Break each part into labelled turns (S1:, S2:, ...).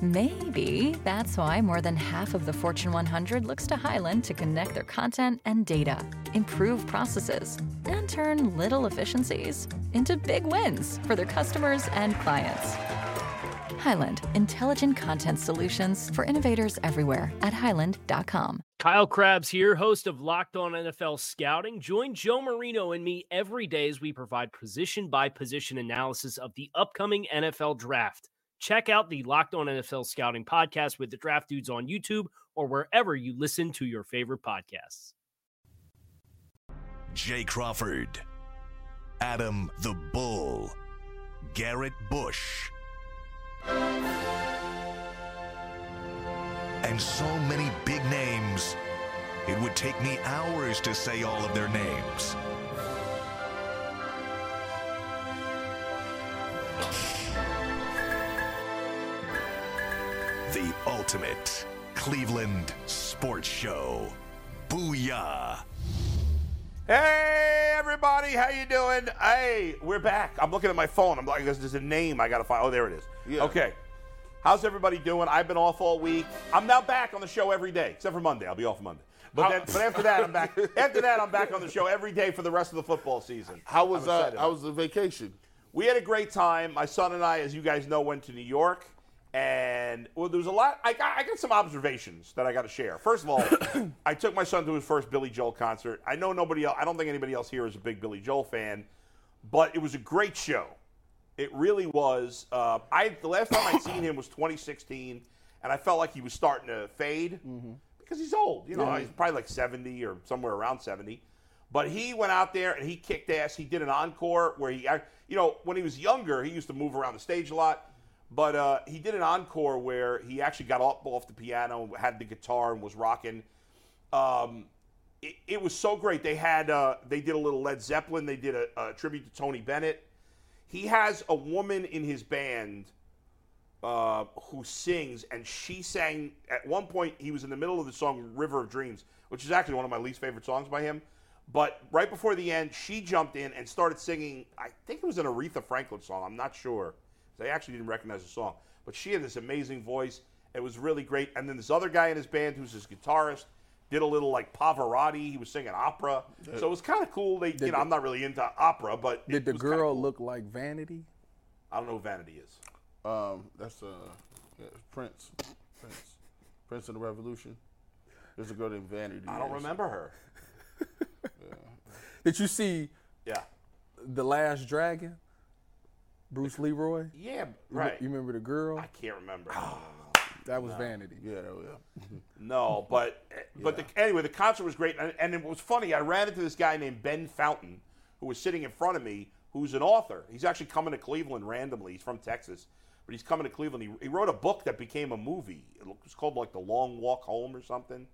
S1: Maybe that's why more than half of the Fortune 100 looks to Highland to connect their content and data, improve processes, and turn little efficiencies into big wins for their customers and clients. Highland, intelligent content solutions for innovators everywhere at highland.com.
S2: Kyle Krabs here, host of Locked On NFL Scouting. Join Joe Marino and me every day as we provide position by position analysis of the upcoming NFL draft. Check out the Locked On NFL Scouting podcast with the draft dudes on YouTube or wherever you listen to your favorite podcasts.
S3: Jay Crawford, Adam the Bull, Garrett Bush. and so many big names, it would take me hours to say all of their names. The ultimate Cleveland sports show. Booyah!
S4: Hey everybody, how you doing? Hey, we're back. I'm looking at my phone. I'm like, there's a name I gotta find. Oh, there it is.
S5: Yeah.
S4: Okay. How's everybody doing? I've been off all week. I'm now back on the show every day, except for Monday. I'll be off Monday. But, then, but after that, I'm back. After that, I'm back on the show every day for the rest of the football season.
S5: How was
S4: I'm
S5: uh,
S4: excited.
S5: how was the vacation?
S4: We had a great time. My son and I, as you guys know, went to New York, and well, there was a lot. I got, I got some observations that I got to share. First of all, I took my son to his first Billy Joel concert. I know nobody else. I don't think anybody else here is a big Billy Joel fan, but it was a great show. It really was. Uh, I the last time I'd seen him was 2016, and I felt like he was starting to fade because he's old. You know, he's probably like 70 or somewhere around 70. But he went out there and he kicked ass. He did an encore where he, act- you know, when he was younger, he used to move around the stage a lot. But uh, he did an encore where he actually got up off the piano, had the guitar, and was rocking. Um, it, it was so great. They had uh, they did a little Led Zeppelin. They did a, a tribute to Tony Bennett he has a woman in his band uh, who sings, and she sang at one point. He was in the middle of the song "River of Dreams," which is actually one of my least favorite songs by him. But right before the end, she jumped in and started singing. I think it was an Aretha Franklin song. I'm not sure. 'cause I actually didn't recognize the song, but she had this amazing voice. It was really great. And then this other guy in his band, who's his guitarist, did a little like Pavarotti. He was singing opera, so it was kind of cool. They, you know, I'm not really into opera, but it
S6: Did the
S4: was kinda
S6: girl
S4: cool.
S6: look like Vanity?
S4: I don't know who Vanity is.
S5: Um, that's uh, yeah, Prince, Prince, Prince of the Revolution. There's a girl named Vanity.
S4: I don't remember her.
S6: Did you see
S4: Yeah.
S6: The Last Dragon? Bruce Leroy?
S4: Yeah,
S6: You re-
S4: right.
S6: You remember the girl?
S4: I can't remember.
S6: That was Vanity.
S5: Yeah, that was,
S4: no, but but the, anyway, the concert was great, and, and it was funny. I ran into this guy named Ben Fountain, who was sitting in front of me, who's an author. He's actually coming to Cleveland randomly. He's from Texas, but he's coming to Cleveland. He, he wrote a book that became a movie. It was called like The Long Walk Home or something.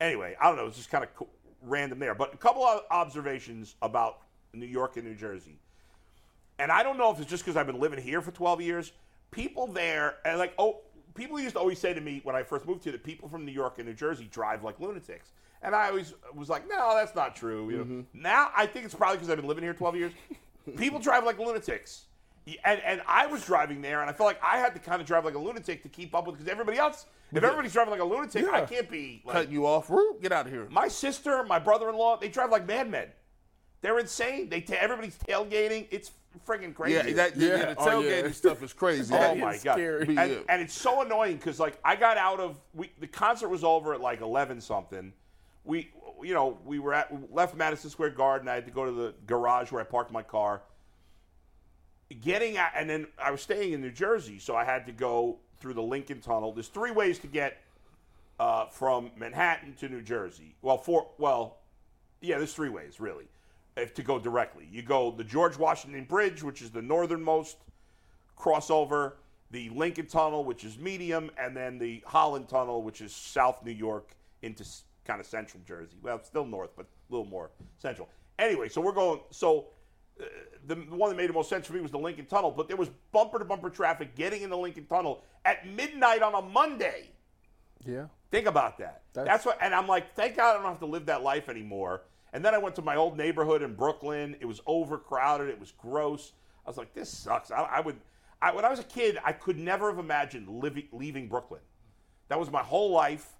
S4: anyway, I don't know. It's just kind of co- random there. But a couple of observations about New York and New Jersey. And I don't know if it's just because I've been living here for 12 years. People there, and like, oh, people used to always say to me when I first moved here that people from New York and New Jersey drive like lunatics. And I always was like, no, that's not true. You know? Now I think it's probably because I've been living here 12 years. people drive like lunatics. Y- And, and I was driving there, and I felt like I had to kind of drive like a lunatic to keep up with because everybody else, if everybody's driving like a lunatic, I
S6: Yeah.
S4: can't be like,
S5: Cut you off, Whoop, get out of here.
S4: my sister, my brother-in-law, they drive like madmen. They're insane. They ta- everybody's tailgating. It's friggin' crazy.
S5: yeah, that, yeah.
S6: Yeah.
S5: the
S6: Oh,
S5: tailgating
S6: yeah.
S5: stuff is crazy.
S4: oh
S6: that
S4: my
S6: is
S4: god!
S6: scary.
S4: And,
S5: Yeah.
S4: and it's so annoying because like I got out of we the concert was over at like eleven something. We you know we were at we left Madison Square Garden. I had to go to the garage where I parked my car. Getting out, and then I was staying in New Jersey, so I had to go through the Lincoln Tunnel. There's three ways to get uh, from Manhattan to New Jersey. Well, four. Well, yeah, there's three ways really. If to go directly, you go the George Washington Bridge, which is the northernmost crossover, the Lincoln Tunnel, which is medium, and then the Holland Tunnel, which is South New York into s- kind of central Jersey. Well, it's still north, but a little more central. Anyway, so we're going. So the the one that made the most sense for me was the Lincoln Tunnel, but there was bumper to bumper traffic getting in the Lincoln Tunnel at midnight on a Monday.
S6: Yeah.
S4: Think about that. That's,
S6: That's-
S4: what, and I'm like, thank God I don't have to live that life anymore. And then I went to my old neighborhood in Brooklyn. It was overcrowded. It was gross. I was like, this sucks. I, I would, I, when I was a kid, I could never have imagined living, leaving Brooklyn. That was my whole life.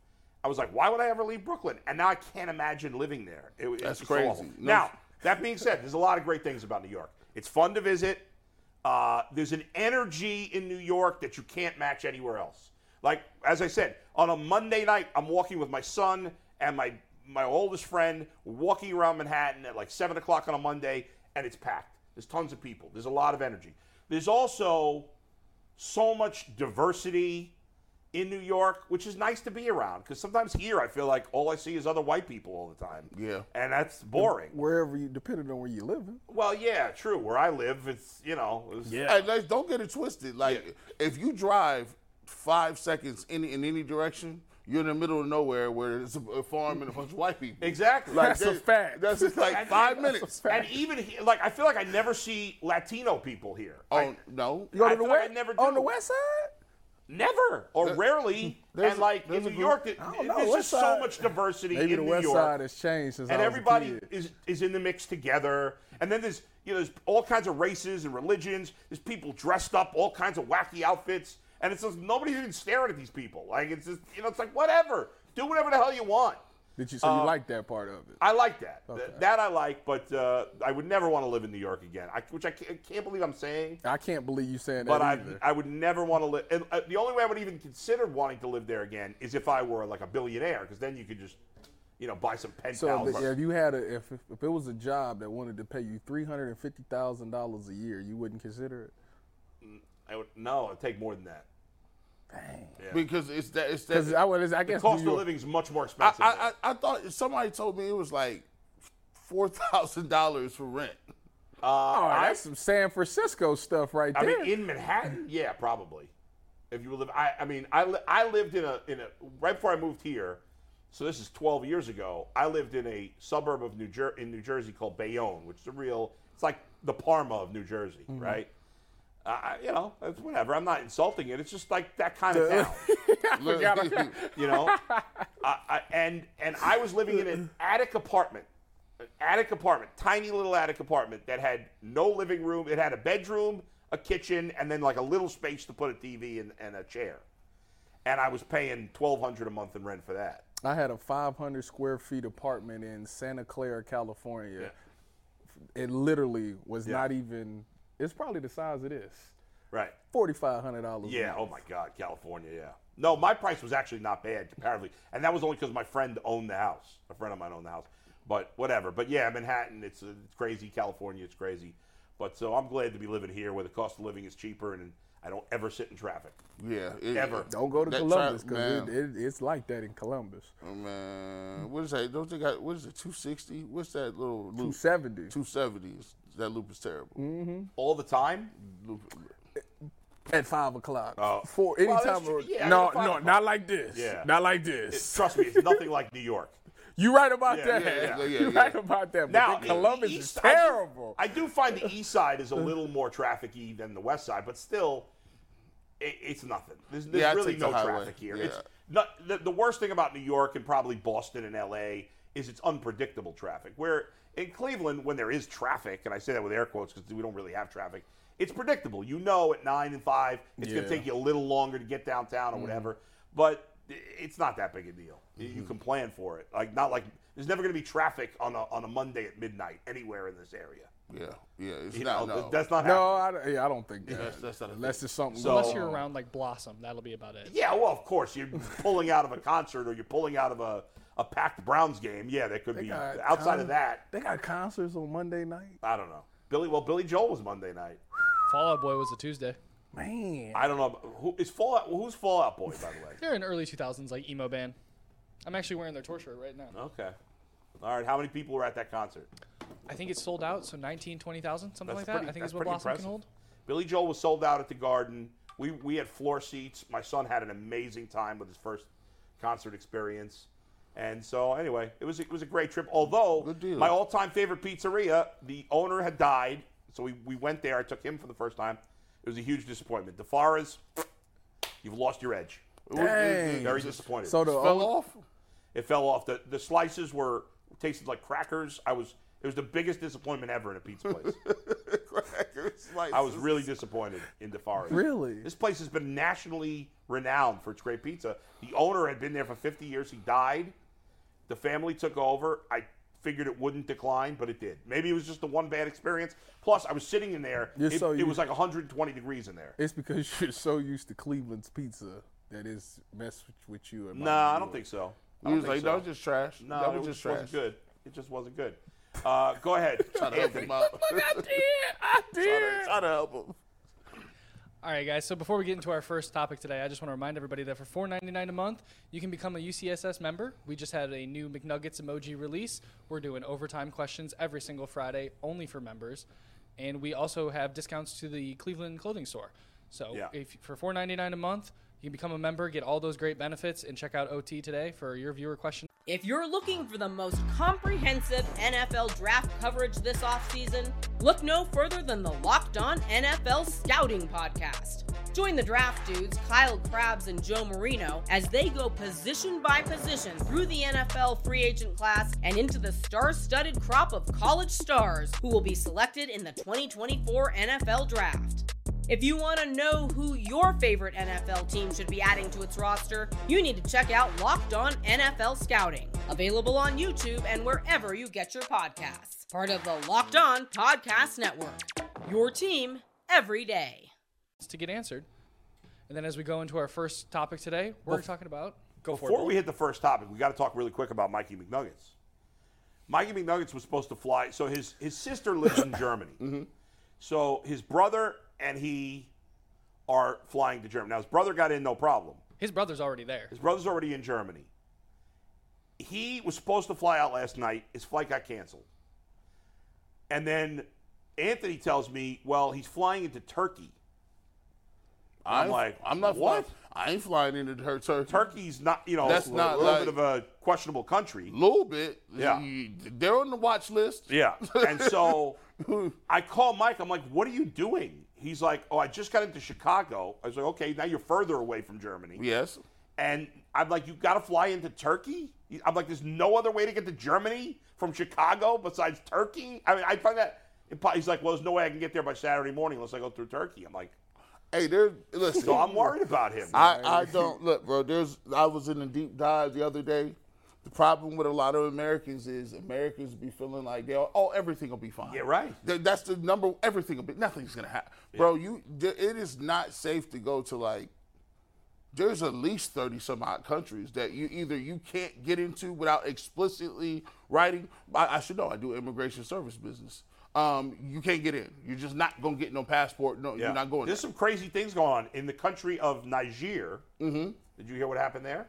S4: I was like, why would I ever leave Brooklyn? And now I can't imagine living there. It, it's
S5: That's
S4: just
S5: crazy.
S4: awful.
S5: No.
S4: Now, that being said, there's a lot of great things about New York. It's fun to visit. Uh, there's an energy in New York that you can't match anywhere else. Like as I said, on a Monday night, I'm walking with my son and my my oldest friend, walking around Manhattan at like seven o'clock on a Monday, and it's packed. There's tons of people. There's a lot of energy. There's also so much diversity in New York, which is nice to be around. Because sometimes here, I feel like all I see is other white people all the time.
S5: Yeah.
S4: and that's boring.
S6: Wherever you, depending on where you living.
S4: Well, yeah, true. Where I live, it's you know, it's-
S5: Hey, let's- don't get it twisted. Like, if you drive five seconds in, in any direction, you're in the middle of nowhere where there's a, a farm and a bunch of white people.
S4: exactly.
S5: Like,
S6: That's a
S5: they-
S6: fact.
S5: That's just like
S4: And-
S5: five
S4: and-
S5: minutes.
S4: And even he- like, I feel like I never see Latino people here.
S5: Oh,
S4: I-
S5: no.
S6: You go
S4: I
S6: to the
S4: feel like I
S6: west.
S4: never
S6: on
S4: do.
S6: the west side.
S4: never or rarely.
S5: there's
S4: And
S5: a-
S4: like in
S5: there's
S4: New
S5: a
S4: York, th-
S6: I don't know,
S4: there's
S6: west
S4: just so
S6: side-
S4: much diversity
S6: Maybe
S4: in
S6: the
S4: New
S6: west
S4: York.
S6: side has changed since
S4: and
S6: I was a
S4: everybody
S6: kid.
S4: is is in the mix together. And then there's you know there's all kinds of races and religions. There's people dressed up, all kinds of wacky outfits, and it's just nobody's even staring at these people. Like it's just you know it's like whatever, do whatever the hell you want.
S6: Did you? So you like that part of it?
S4: um, I like that. Th- that I like, but uh, I would never want to live in New York again. I, which I can't, can't believe I'm saying,
S6: I can't believe you saying that
S4: but I
S6: either.
S4: I would never want to live. And uh, the only way I would even consider wanting to live there again is if I were like a billionaire, because then you could just you know buy some penthouse.
S6: so if, if you had a, if if it was a job that wanted to pay you three hundred and fifty thousand dollars a year, you wouldn't consider it.
S4: I would no, it'd take more than that.
S5: Because it's that. It's that.
S6: Because I would. I guess
S4: Cost
S6: New
S4: of
S6: York-
S4: living is much more
S5: I,
S4: expensive.
S5: I, I I thought somebody told me it was like four thousand dollars for rent.
S6: Oh, that's some San Francisco stuff right
S4: I
S6: there.
S4: mean, in Manhattan, yeah, probably. If you live, I, I mean, I, li- I lived in a in a right before I moved here, so this is 12 years ago. I lived in a suburb of New Jer- in New Jersey called Bayonne, which is a real. It's like the Parma of New Jersey,
S6: Mm-hmm.
S4: right? Uh, I, you know, it's whatever. I'm not insulting it. It's just like that kind of town. you know I, I, and and i was living in an attic apartment an attic apartment tiny little attic apartment that had no living room it had a bedroom a kitchen and then like a little space to put a tv and, and a chair and i was paying 1200 a month in rent for that
S6: I had a 500 square feet apartment in Santa Clara, California. It literally was not even. It's probably the size it is.
S4: right
S6: Forty-five hundred dollars.
S4: yeah oh my god california yeah no my price was actually not bad comparatively and that was only because my friend owned the house a friend of mine owned the house but whatever but yeah manhattan it's, it's crazy california it's crazy but so i'm glad to be living here where the cost of living is cheaper and i don't ever sit in traffic
S5: Yeah. it-
S4: Ever.
S6: Don't go to
S5: that
S6: Columbus
S5: trap-
S6: because
S5: man.
S6: it, it, it's like that in Columbus.
S5: Oh, man, what is that? Don't they got what is it? Two sixty? What's that little
S6: Two
S5: loop?
S6: seventy. Mm-hmm.
S5: Two seventy. That loop is terrible.
S4: all the time.
S5: Loop-
S6: At five o'clock.
S4: Oh.
S6: Four.
S4: that's
S6: Anytime.
S4: true.
S6: or-
S4: Yeah,
S6: no,
S4: at five
S6: no,
S4: o'clock.
S6: not like this.
S4: Yeah.
S6: Not like this.
S4: Trust me, it's nothing like New York.
S6: you right about
S4: Yeah,
S6: that.
S5: yeah, yeah, yeah,
S6: you
S5: yeah.
S6: right about that. But
S4: Now
S6: then Columbus
S4: the
S6: is
S4: east- I do-
S6: terrible.
S4: I do, find the east side is a little more trafficy than the west side, but still, it, it's nothing. There's, there's
S5: Yeah, I'd
S4: really
S5: take the
S4: no
S5: highway.
S4: traffic here. It's
S5: Yeah.
S4: not, the, the worst thing about New York and probably Boston and L.A. is it's unpredictable traffic. Where in Cleveland, when there is traffic, and I say that with air quotes because we don't really have traffic, it's predictable. You know, at nine and five, it's going to
S6: Yeah.
S4: take you a little longer to get downtown or
S5: Mm-hmm.
S4: whatever, but i- it's not that big a deal. You-
S5: Mm-hmm.
S4: You can plan for it. Like not like there's never going to be traffic on a on a Monday at midnight anywhere in this area.
S5: Yeah, yeah. It's
S4: You
S5: not.
S4: know,
S5: no.
S4: oh, That's not
S6: no,
S4: happening.
S6: I, don't- yeah, I don't think that.
S5: that's not a
S6: Unless there's something.
S4: So-
S7: Unless
S6: going
S7: you're
S6: on.
S7: around like Blossom, that'll be about it.
S4: Yeah, well, of course, you're pulling out of a concert or you're pulling out of a, a packed Browns game. Yeah, that could be.
S6: got
S4: Outside
S6: con-
S4: of that,
S6: They got concerts on Monday night.
S4: I don't know. Billy, well, Billy Joel was Monday night.
S7: Fall Out Boy was a Tuesday.
S6: Man.
S4: I don't know about- who is Fallout. Who's Fallout Boy, by the way?
S7: They're an early 2000s like emo band. I'm actually wearing their tour shirt right now.
S4: Okay. All right. How many people were at that concert?
S7: I think it's sold out, so 19, 20,000, something like
S4: That's pretty-
S7: that. I think
S4: that's
S7: is what
S4: pretty
S7: Blossom
S4: impressive.
S7: can hold.
S4: Billy Joel was sold out at the Garden. We we had floor seats. My son had an amazing time with his first concert experience. And so anyway, it was it was a great trip. Although
S5: Good deal.
S4: my all-time favorite pizzeria, the owner had died So we, we went there. I took him for the first time. It was a huge disappointment. DeFaras, you've lost your edge. It was- it was
S6: Dang.
S4: Very disappointed.
S6: So the
S5: Fell
S6: only-
S5: off.
S4: It fell off. The the slices were tasted like crackers. I was it was the biggest disappointment ever in a pizza place.
S5: Crackers, like,
S4: I was really disappointed in DeFaris.
S6: Really?
S4: This place has been nationally renowned for its great pizza. The owner had been there for 50 years. He died. The family took over. I figured it wouldn't decline, but it did. Maybe it was just the one bad experience. Plus, I was sitting in there.
S6: You're
S4: it,
S6: so
S4: it
S6: used-
S4: was like 120 degrees in there.
S6: It's because you're so used to Cleveland's pizza that it's messed with you.
S4: No, nah, I don't think so. I
S5: He
S4: don't
S5: was
S4: think
S5: like,
S4: so.
S5: that was just trash.
S4: No,
S5: that
S4: it
S5: was just trash.
S4: wasn't good. It just wasn't good. Uh, go ahead,
S5: Try to help
S4: Anthony.
S5: him out. I did. I did. Try to help him.
S7: All right, guys. So before we get into our first topic today, I just want to remind everybody that for $4.99 a month, you can become a UCSS member. We just had a new McNuggets emoji release. We're doing overtime questions every single Friday, only for members, and we also have discounts to the Cleveland clothing store. So
S4: Yeah.
S7: if for $4.99 a month, you can become a member, get all those great benefits, and check out OT today for your viewer question.
S8: If you're looking for the most comprehensive NFL draft coverage this offseason, look no further than the Locked On NFL Scouting Podcast. Join the draft dudes, Kyle Krabs and Joe Marino, as they go position by position through the NFL free agent class and into the star studded crop of college stars who will be selected in the 2024 NFL Draft. If you want to know who your favorite NFL team should be adding to its roster, you need to check out Locked On NFL Scouting, available on YouTube and wherever you get your podcasts. Part of the Locked On Podcast Network. Your team every day.
S7: to get answered. And then as we go into our first topic today, we're talking about go for
S4: Before
S7: it.
S4: we hit the first topic, we got to talk really quick about Mikey McNuggets. Mikey McNuggets was supposed to fly, so his his sister lives in Germany.
S7: Mm-hmm.
S4: So his brother and he are flying to Germany. Now his brother got in no problem.
S7: His brother's already there.
S4: His brother's already in Germany. He was supposed to fly out last night. His flight got canceled. And then Anthony tells me, well, he's flying into Turkey.
S5: I'm,
S4: like,
S5: I'm not
S4: what?
S5: flying. I ain't flying into her turkey.
S4: Turkey's not, you know,
S5: That's
S4: a
S5: not
S4: little
S5: like-
S4: bit of a questionable country.
S5: little bit.
S4: Yeah.
S5: You- They're on the watch list.
S4: Yeah. And so I call Mike. I'm like, what are you doing? He's like, oh, I just got into Chicago. I was like, okay, now you're further away from Germany.
S5: Yes.
S4: And I'm like, you got to fly into Turkey? I'm like, there's no other way to get to Germany from Chicago besides Turkey? I mean, I find that. impo- He's like, well, there's no way I can get there by Saturday morning unless I go through Turkey. I'm like,
S5: Hey, there. Listen.
S4: so I'm worried about him.
S5: I, I don't look, bro. There's I was in a deep dive the other day. The problem with a lot of Americans is Americans be feeling like they oh everything will be fine.
S4: Yeah, right.
S5: Th- that's the number. Everything will be nothing's gonna happen, bro. You th- it is not safe to go to like. There's at least thirty some odd countries that you either you can't get into without explicitly writing. I, I should know. I do immigration service business. Um, you can't get in. You're just not gonna get no passport. No,
S4: Yeah.
S5: you're not going.
S4: There's
S5: there.
S4: some crazy things going on in the country of Niger. Mm-hmm. Did you hear what happened there?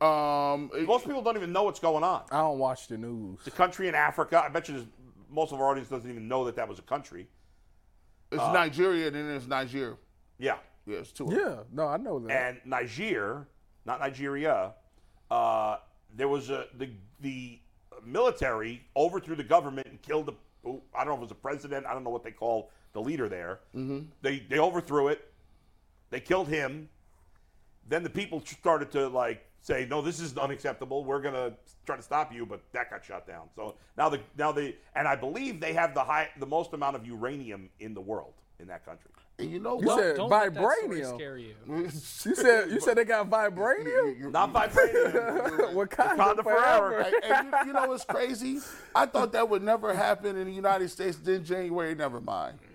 S5: um, it-
S4: Most people don't even know what's going on.
S6: I don't watch the news.
S4: the country in Africa. I bet you there's, most of our audience doesn't even know that that was a country.
S5: It's Nigeria, and then it's Niger.
S4: Uh, Yeah.
S5: Yeah, it's two. of them.
S6: Yeah, no, I know that.
S4: And Niger, not Nigeria, uh, there was a the the military overthrew the government and killed the who- I don't know if it was a president. I don't know what they call the leader there. Mm-hmm. They they overthrew it. They killed him. Then the people tr- started to like say, "No, this is unacceptable. We're gonna try to stop you," but that got shot down. So now the now the and I believe they have the high the most amount of uranium in the world in that country.
S5: And you know
S6: you
S5: what?
S6: said
S7: Don't let that story
S6: vibranium.
S7: scare you.
S6: You said you said they got vibranium.
S4: Not vibranium.
S6: Wakanda
S4: Wakanda forever.
S6: forever.
S5: Hey, and you, you know what's crazy? I thought that would never happen in the United States. Then January, never mind.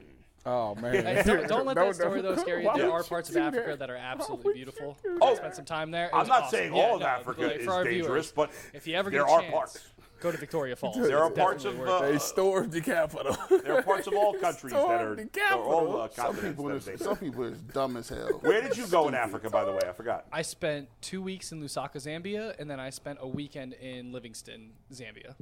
S6: Oh man.
S7: Hey, don't, don't let
S6: No, no.
S7: that story though scare you.
S6: Why
S7: There
S6: would
S7: are
S6: you
S7: parts of
S6: do
S7: Africa
S6: that?
S7: that are
S6: Why
S7: absolutely
S6: would you
S7: beautiful.
S6: do
S7: I
S4: that?
S7: spent some time there. It
S4: Oh, I'm
S7: was
S4: not
S7: awesome.
S4: saying
S7: Yeah,
S4: all of
S7: no,
S4: Africa
S7: like,
S4: is
S7: for our
S4: dangerous,
S7: viewers,
S4: but
S7: if you ever get
S4: there
S7: a
S4: are
S7: chance,
S4: parts.
S7: Go to Victoria Falls.
S4: There
S7: It's
S4: are parts of
S7: definitely worth
S4: uh,
S6: They stormed the capital.
S4: there are parts of all countries that are
S6: Stormed the
S4: or all
S6: capital.
S4: uh,
S5: Some
S4: continents
S5: people,
S4: that
S5: is,
S4: they-
S5: some people is dumb as hell.
S4: Where did you go in Africa, by the way? I forgot.
S7: I spent two weeks in Lusaka, Zambia, and then I spent a weekend in Livingston, Zambia.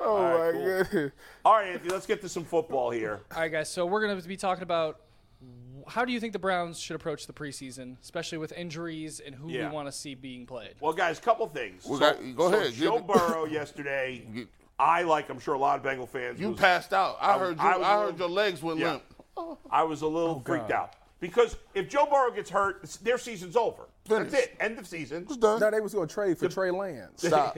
S6: Oh my goodness.
S4: All right, Anthony, let's get to some football here.
S7: All right, guys. So we're going to be talking about wh- how do you think the Browns should approach the preseason, especially with injuries and who
S4: Yeah.
S7: we want to see being played.
S4: Well, guys, couple things.
S5: Well, guy- go ahead,
S4: Joe
S5: give it-
S4: Burrow yesterday I, like I'm sure a lot of Bengal fans,
S5: You
S4: was-
S5: passed out. I,
S4: I-
S5: heard you.
S4: I
S5: I,
S4: was a
S5: heard
S4: little-
S5: your legs went
S4: Yeah.
S5: limp.
S4: I was a little freaked out because if Joe Burrow gets hurt, it's- their season's over. That's
S5: Finished.
S4: it. End of season.
S6: No, they was going to trade for Trey Lance.
S5: Stop.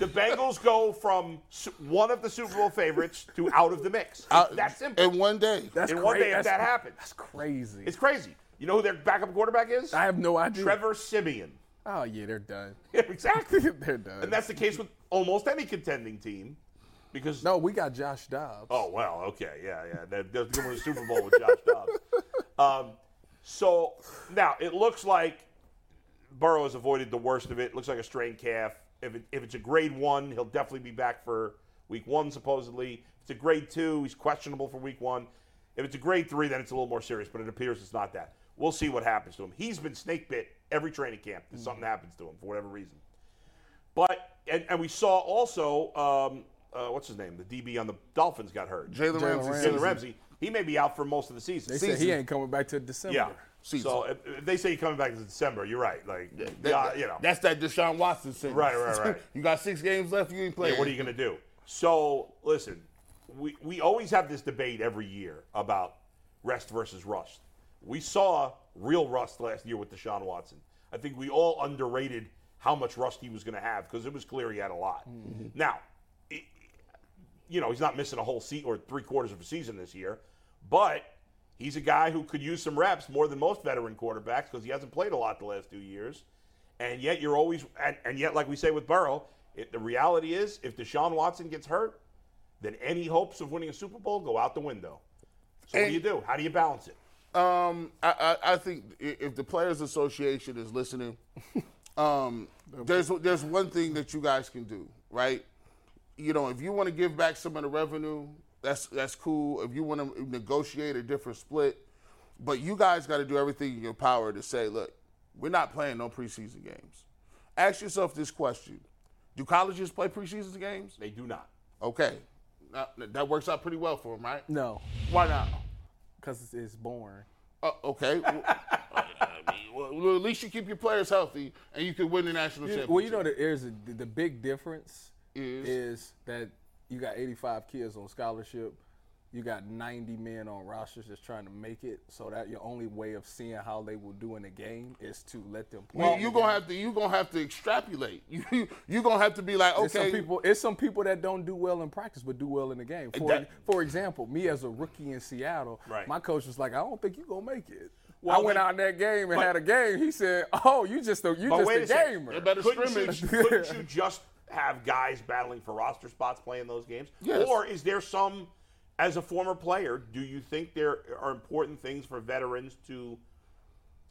S4: The Bengals go from su- one of the Super Bowl favorites to out of the mix.
S6: Uh,
S5: I-
S4: That's simple.
S5: In one day.
S6: That's
S4: In one
S6: cra-
S4: day, if
S6: that's-
S4: that happens,
S6: that's crazy.
S4: it's crazy. You know who their backup quarterback is?
S6: I have no idea.
S4: Trevor Simeon.
S6: Oh yeah, they're done.
S4: Yeah, exactly.
S6: they're done.
S4: And that's the case with almost any contending team, because
S6: no, we got Josh Dobbs.
S4: Oh well, okay, yeah, yeah. That does go to the Super Bowl with Josh Dobbs. Um, so now it looks like Burrow has avoided the worst of it. Looks like a strained calf. If, it, if it's a grade one, he'll definitely be back for week one supposedly. If it's a grade two, he's questionable for week one. If it's a grade three, then it's a little more serious. But it appears it's not that. We'll see what happens to him. He's been snake bit every training camp. If something happens to him for whatever reason. But and, and we saw also um, uh, what's his name? The DB on the Dolphins got hurt.
S5: Jalen Ramsey.
S6: Ramsey.
S4: Jalen Ramsey. He may be out for most of the season.
S6: they said he ain't coming back till December.
S4: yeah.
S5: Season.
S4: So if, if they say he's coming back in December, you're right. Like, yeah, you know,
S5: That's that Deshaun Watson sentence.
S4: Right, right, right.
S5: you got six games left. You ain't playing.
S4: Hey, what are you going to do? So listen, we we always have this debate every year about rest versus rust. We saw real rust last year with Deshaun Watson. I think we all underrated how much rust he was going to have because it was clear he had a lot. Now, it, you know, he's not missing a whole seat or three quarters of a season this year, but he's a guy who could use some reps more than most veteran quarterbacks because he hasn't played a lot the last two years. And yet, you're always, and, and yet, like we say with Burrow, it, the reality is if Deshaun Watson gets hurt, then any hopes of winning a Super Bowl go out the window. So, what do
S5: And-
S4: you do? How do you balance it?
S5: Um, I, I, I think i- if the Players Association is listening, um, there's there's one thing that you guys can do, right? You know, if you want to give back some of the revenue, that's that's cool. If you want to negotiate a different split, but you guys got to do everything in your power to say, look, we're not playing no preseason games. Ask yourself this question: Do colleges play preseason games?
S4: They do not.
S5: Okay, Now, that works out pretty well for them, right?
S6: No,
S5: Why not?
S6: because it's, it's boring.
S5: Uh, okay. well, I mean, well, well, at least you keep your players healthy and you can win the national championship.
S6: Well, you know, the, there's a, the, the big difference
S5: Is?
S6: that you got 85 kids on scholarship. You got 90 men on rosters just trying to make it. So that your only way of seeing how they will do in a game is to let them play.
S5: you, are gonna have to you gonna have to extrapolate. You you gonna have to be like,
S6: There's
S5: okay,
S6: some people. It's some people that don't do well in practice, but do well in the game. For,
S5: That-
S6: for example, me as a rookie in Seattle,
S4: Right.
S6: my coach was like, "I don't think you gonna make it."
S4: Well,
S6: I went
S4: they-
S6: out in that game and
S4: but-
S6: had a game. He said, "Oh, you just a you
S4: But
S6: just
S4: wait a
S6: a
S4: second.
S6: gamer."
S5: They better
S4: Couldn't
S5: scrimmage.
S4: you, couldn't you just have guys battling for roster spots playing those games?
S5: Yes.
S4: Or is there some, as a former player, do you think there are important things for veterans to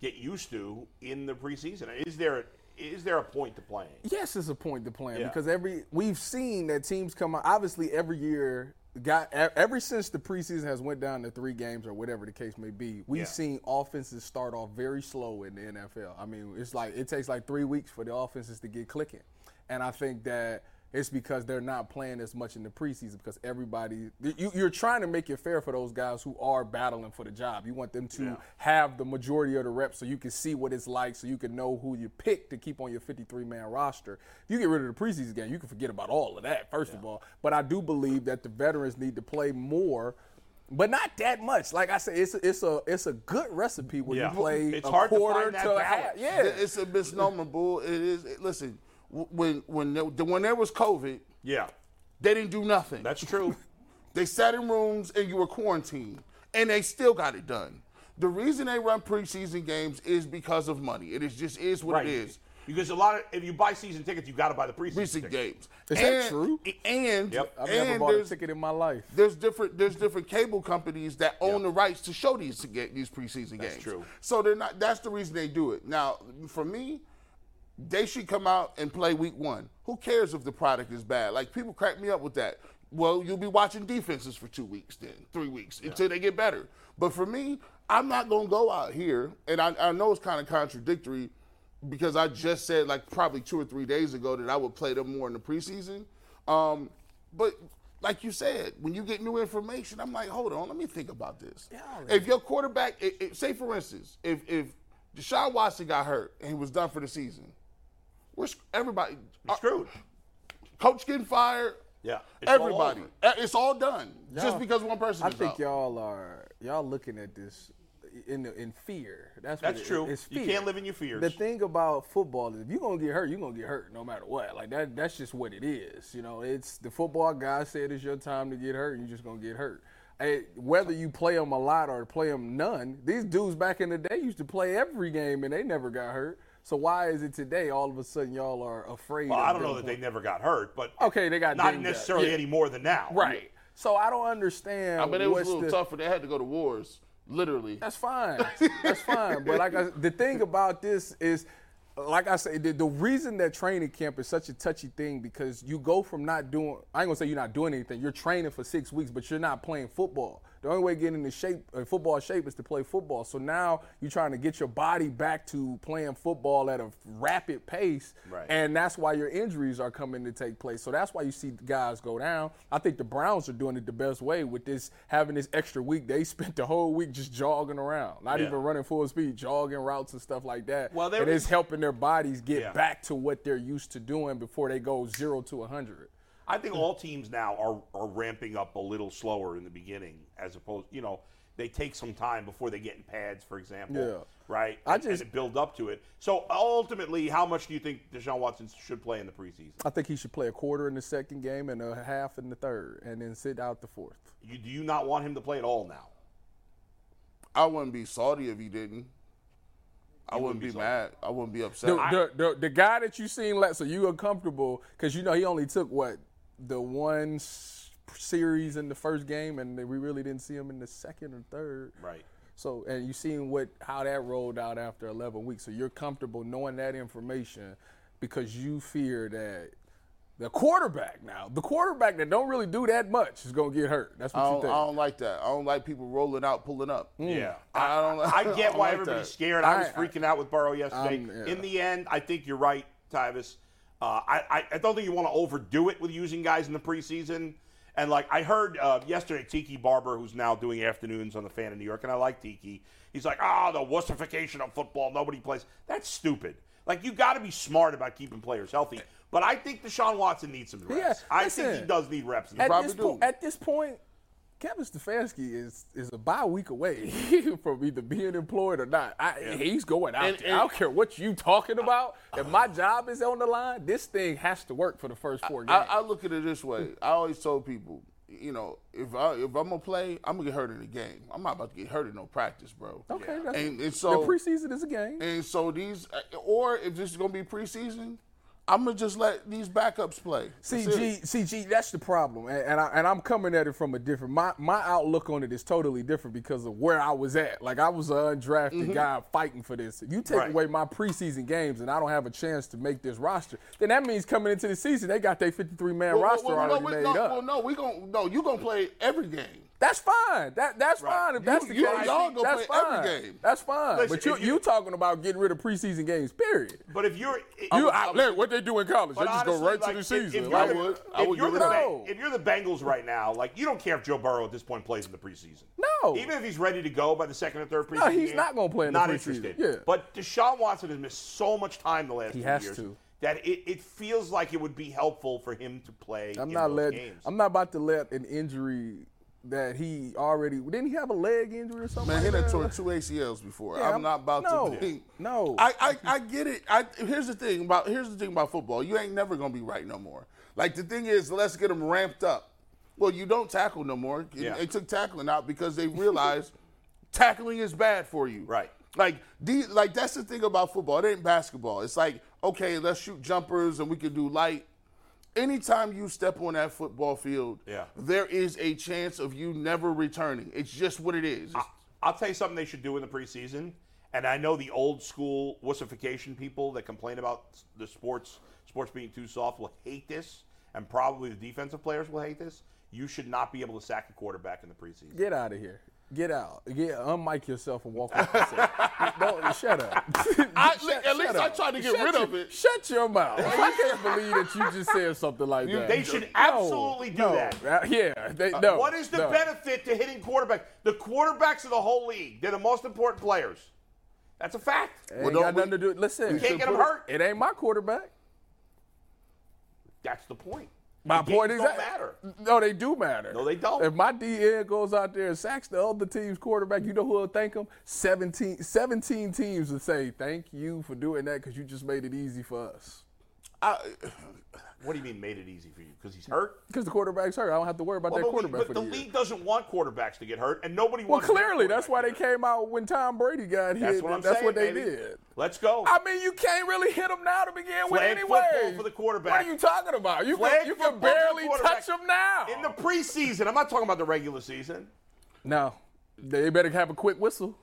S4: get used to in the preseason? Is there is there a point to playing?
S6: Yes, it's a point to plan
S4: Yeah.
S6: because every we've seen that teams come out. Obviously, every year, got e- ever since the preseason has went down to three games or whatever the case may be, we've
S4: Yeah.
S6: seen offenses start off very slow in the NFL. I mean, it's like it takes like three weeks for the offenses to get clicking, and I think that. It's because they're not playing as much in the preseason because everybody you, you're trying to make it fair for those guys who are battling for the job. You want them to have the majority of the reps so you can see what it's like, so you can know who you pick to keep on your 53 man roster. If you get rid of the preseason game, you can forget about all of that, first of all. But I do believe that the veterans need to play more. But not that much. Like I said, it's a, it's a it's a good recipe when
S4: Yeah.
S6: you play
S4: It's
S6: a
S4: hard to
S6: quarter
S4: find that
S6: a half.
S4: balance.
S6: Yeah,
S5: it's a misnomer, bull. It is. It, listen, w- when when there, when there was COVID,
S4: Yeah,
S5: they didn't do nothing.
S4: that's true.
S5: They sat in rooms and you were quarantined, and they still got it done. The reason they run preseason games is because of money. It is just is what it is.
S4: Because a lot of if you buy season tickets, you got to buy the preseason.
S5: Recent
S4: tickets.
S5: games.
S6: Is that
S5: and,
S6: true?
S5: And
S4: Yep.
S6: I've
S5: and
S6: never bought a
S5: there's-
S6: ticket in my life.
S5: there's different there's different cable companies that own the rights to show these to get these preseason games.
S4: true.
S5: So they're not. That's the reason they do it. Now, for me, they should come out and play week one. Who cares if the product is bad? Like people crack me up with that. Well, you'll be watching defenses for two weeks, then three weeks until they get better. But for me, I'm not gonna go out here, and I, I know it's kind of contradictory because I just said like probably two or three days ago that I would play them more in the preseason. Um, but like you said, when you get new information, I'm like, hold on, let me think about this. If your quarterback, i i say for instance, if if Deshaun Watson got hurt and he was done for the season, we're sc- everybody uh,
S4: Screwed.
S5: coach getting fired,
S4: Yeah. It's all
S5: Everybody.
S4: over.
S5: Uh, It's all done just
S6: Y'all-
S5: because one person
S6: I
S5: is
S6: think
S5: out.
S6: y'all are y'all looking at this in the, in fear. That's what
S4: That's
S6: it-
S4: true.
S6: It's fear.
S4: You can't live in your fears.
S6: The thing about football is if you're gonna get hurt, you're gonna get hurt no matter what. Like that that's just what it is. You know, it's the football guy said it's your time to get hurt, and you're just gonna get hurt. Eh, whether you play them a lot or play them none, these dudes back in the day used to play every game and they never got hurt. So why is it today all of a sudden y'all are afraid?
S4: Well,
S6: of
S4: I don't know
S6: them
S4: that they never got hurt, but
S6: Okay, they got
S4: not
S6: dinged up.
S4: necessarily
S6: Yeah.
S4: any more than now.
S6: Right. So I don't understand.
S5: I mean, it was
S6: what's
S5: a little
S6: the,
S5: tougher. They had to go to wars, literally.
S6: That's fine. That's fine. But like I, the thing about this is, like I say, the, the reason that training camp is such a touchy thing because you go from not doing. I ain't gonna say you're not doing anything. You're training for six weeks, but you're not playing football. The only way to get into shape, uh, football shape, is to play football. So now you're trying to get your body back to playing football at a rapid pace,
S4: Right.
S6: and that's why your injuries are coming to take place. So that's why you see guys go down. I think the Browns are doing it the best way with this having this extra week. They spent the whole week just jogging around, not
S4: Yeah.
S6: even running full speed, jogging routes and stuff like that.
S4: Well, there
S6: and
S4: is-
S6: it's helping their bodies get
S4: Yeah.
S6: back to what they're used to doing before they go zero to a hundred.
S4: I think all teams now are, are ramping up a little slower in the beginning, as opposed, you know, they take some time before they get in pads, for example.
S6: Yeah.
S4: Right.
S6: I
S4: And-
S6: just-
S4: and build up to it. So ultimately, how much do you think Deshaun Watson should play in the preseason?
S6: I think he should play a quarter in the second game and a half in the third, and then sit out the fourth.
S4: You, do you not want him to play at all now?
S5: I wouldn't be salty if he didn't. I wouldn't, be, mad. I wouldn't be upset.
S6: The, the, the, the guy that you seen last, so you uncomfortable because you know he only took what the one s- series in the first game, and then we really didn't see him in the second or third.
S4: Right.
S6: So and you seen what how that rolled out after 11 weeks. So you're comfortable knowing that information because you fear that the quarterback now, the quarterback that don't really do that much is gonna get hurt. That's what
S5: I
S6: you
S5: don't, I
S6: think.
S5: don't like that. I don't like people rolling out, pulling up.
S4: Yeah.
S5: I don't.
S4: I get
S5: don't
S4: why
S5: like
S4: everybody's
S5: that.
S4: scared. I, was
S6: I-
S4: freaking out with Burrow yesterday.
S6: I'm- yeah.
S4: In the end, I think you're right, Tyvis. Uh, I, I, I don't think you want to overdo it with using guys in the preseason. And like I heard uh, yesterday, Tiki Barber, who's now doing afternoons on the Fan in New York, and I like Tiki. He's like, ah, the wussification of football. Nobody plays. That's stupid. Like you got to be smart about keeping players healthy. But I think Deshaun Watson needs some reps.
S6: Yeah,
S4: I think he
S6: listen.
S4: does need reps. in the
S6: at
S5: probably
S6: this, po-
S5: do.
S6: at this point, Kevin Stefanski is is a bye week away from either being employed or not. I, He's going out.
S5: And-
S6: there. I don't care what you talking about. if my job is on the line, this thing has to work for the first four
S5: I,
S6: games.
S5: I look at it this way. I always told people, you know, if I if I'm gonna play, I'm gonna get hurt in the game. I'm not about to get hurt in no practice, bro.
S6: okay, that's,
S5: And, and so
S6: the preseason is a game.
S5: And so these, uh, or if this is gonna be preseason, I'm gonna just let these backups play. That's
S6: CG,
S5: it.
S6: CG, that's the problem, and, and, I, and I'm coming at it from a different. My my outlook on it is totally different because of where I was at. Like I was an undrafted
S5: Mm-hmm.
S6: guy fighting for this. You take
S4: Right.
S6: away my preseason games, and I don't have a chance to make this roster. Then that means coming into the season, they got their 53 man
S5: Well, well,
S6: roster
S5: well,
S6: already
S5: no, we-
S6: made
S5: no,
S6: up.
S5: Well, no, we gonna no, you gonna play every game.
S6: That's fine. That that's
S4: Right.
S6: fine if that's
S5: You-
S6: the
S5: you-
S6: case.
S5: y'all gonna
S6: that's
S5: play every
S6: fine.
S5: game.
S6: That's fine.
S4: Listen,
S6: but you
S4: if you-
S6: you talking about getting rid of preseason games? Period.
S4: But if you're
S6: You I, look, what they do in college? They
S4: But
S6: just go
S4: honestly,
S6: right
S4: like,
S6: to the
S4: if-
S6: season.
S4: If,
S6: Like,
S4: you're,
S5: I would-
S4: the,
S5: I
S4: if
S5: would
S4: you're
S5: give
S4: the
S5: it up.
S4: Ba-
S6: No.
S4: if you're the Bengals right now, like you don't care if Joe Burrow at this point plays in the preseason.
S6: No.
S4: Even if he's ready to go by the second or third preseason.
S6: he's
S4: game,
S6: not gonna play in the
S4: Not
S6: preseason.
S4: interested.
S6: Yeah.
S4: But Deshaun Watson has missed so much time the last
S6: He
S4: few
S6: has
S4: years
S6: to.
S4: that it, it feels like it would be helpful for him to play.
S6: I'm
S4: in
S6: not
S4: those
S6: letting.
S4: games.
S6: I'm not about to let an injury that he already didn't he have a leg injury or something.
S5: Man, he
S6: like
S5: done
S6: that?
S5: tore two ACLs before.
S6: Yeah,
S5: I'm,
S6: I'm-
S5: not about
S6: no,
S5: to think.
S6: no.
S5: I, I, I get it. I, here's the thing about here's the thing about football. You ain't never gonna be right no more. Like the thing is, let's get them ramped up. Well, you don't tackle no more.
S4: Yeah.
S5: They took tackling out because they realized tackling is bad for you.
S4: Right.
S5: Like the like that's the thing about football. It ain't basketball. It's like okay, let's shoot jumpers and we can do light. Anytime you step on that football field,
S4: Yeah.
S5: there is a chance of you never returning. It's just what it is. It's-
S4: I'll tell you something they should do in the preseason. And I know the old school wussification people that complain about s- the sports sports being too soft will hate this, and probably the defensive players will hate this. You should not be able to sack a quarterback in the preseason.
S6: Get out of here. Get out. Get unmic yourself and walk off. the set. Don't shut up.
S5: I-
S6: Shut-
S5: at least
S6: shut
S5: I
S6: up.
S5: tried to get
S6: Shut
S5: rid
S6: your-
S5: of it.
S6: Shut your mouth. I can't believe that you just said something like that.
S4: they should
S6: No,
S4: absolutely do that.
S6: uh, yeah. They, no.
S4: what is the
S6: no.
S4: benefit to hitting quarterback? The quarterbacks of the whole league, they're the most important players. That's a fact.
S6: Ain't
S5: don't
S6: got
S5: we-
S6: nothing to do. Listen,
S4: can't get 'em hurt.
S6: It ain't my quarterback.
S4: That's the point.
S6: My
S4: The
S6: point
S4: games
S6: is
S4: don't
S6: that-
S4: matter.
S6: No, they do matter.
S4: No, they don't.
S6: If my DN goes out there and sacks the other team's quarterback, you know who will thank him? 17, 17 teams will say, thank you for doing that because you just made it easy for us.
S5: I,
S4: What do you mean made it easy for you? Because he's hurt.
S6: Because the quarterback's hurt. I don't have to worry about that
S4: Well, but we-
S6: quarterback
S4: but
S6: for
S4: the
S6: the, year.
S4: league doesn't want quarterbacks to get hurt, and nobody
S6: well,
S4: wants. their
S6: clearly, that's
S4: quarterback
S6: why
S4: to
S6: they
S4: get hurt.
S6: came out when Tom Brady got hit.
S4: That's what I'm
S6: That's
S4: saying,
S6: what they
S4: baby.
S6: did.
S4: Let's go.
S6: I mean, you can't really hit him now to begin with
S4: Flag
S6: anyway.
S4: football for the quarterback.
S6: What are you talking about? You
S4: Flag
S6: can, you
S4: football
S6: can
S4: for the
S6: barely
S4: quarterback.
S6: touch him now.
S4: in the preseason. I'm not talking about the regular season.
S6: no, they better have a quick whistle.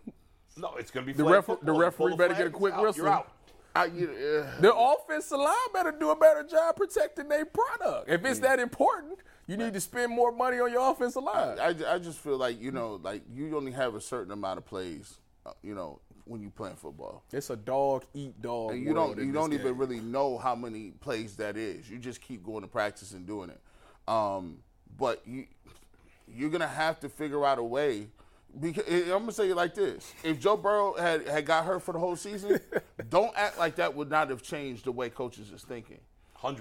S4: No, it's going to be
S6: The
S4: flag
S6: ref- the
S4: football.
S6: referee
S4: Full of
S6: better get a
S4: flags,
S6: quick
S4: out.
S6: whistle.
S4: You're out.
S5: I, you, uh,
S6: The offensive line better do a better job protecting their product. If it's that important, you need to spend more money on your offensive line.
S5: I, ju- I just feel like you know, like you only have a certain amount of plays, uh, you know, when you playing football.
S6: It's a dog eat dog.
S5: And you
S6: world
S5: don't
S6: in
S5: you
S6: this
S5: don't even
S6: game.
S5: really know how many plays that is. You just keep going to practice and doing it. Um, but you you're gonna have to figure out a way. Because I'm gonna say it like this: If Joe Burrow had, had got hurt for the whole season, don't act like that would not have changed the way coaches is thinking.
S4: 100%.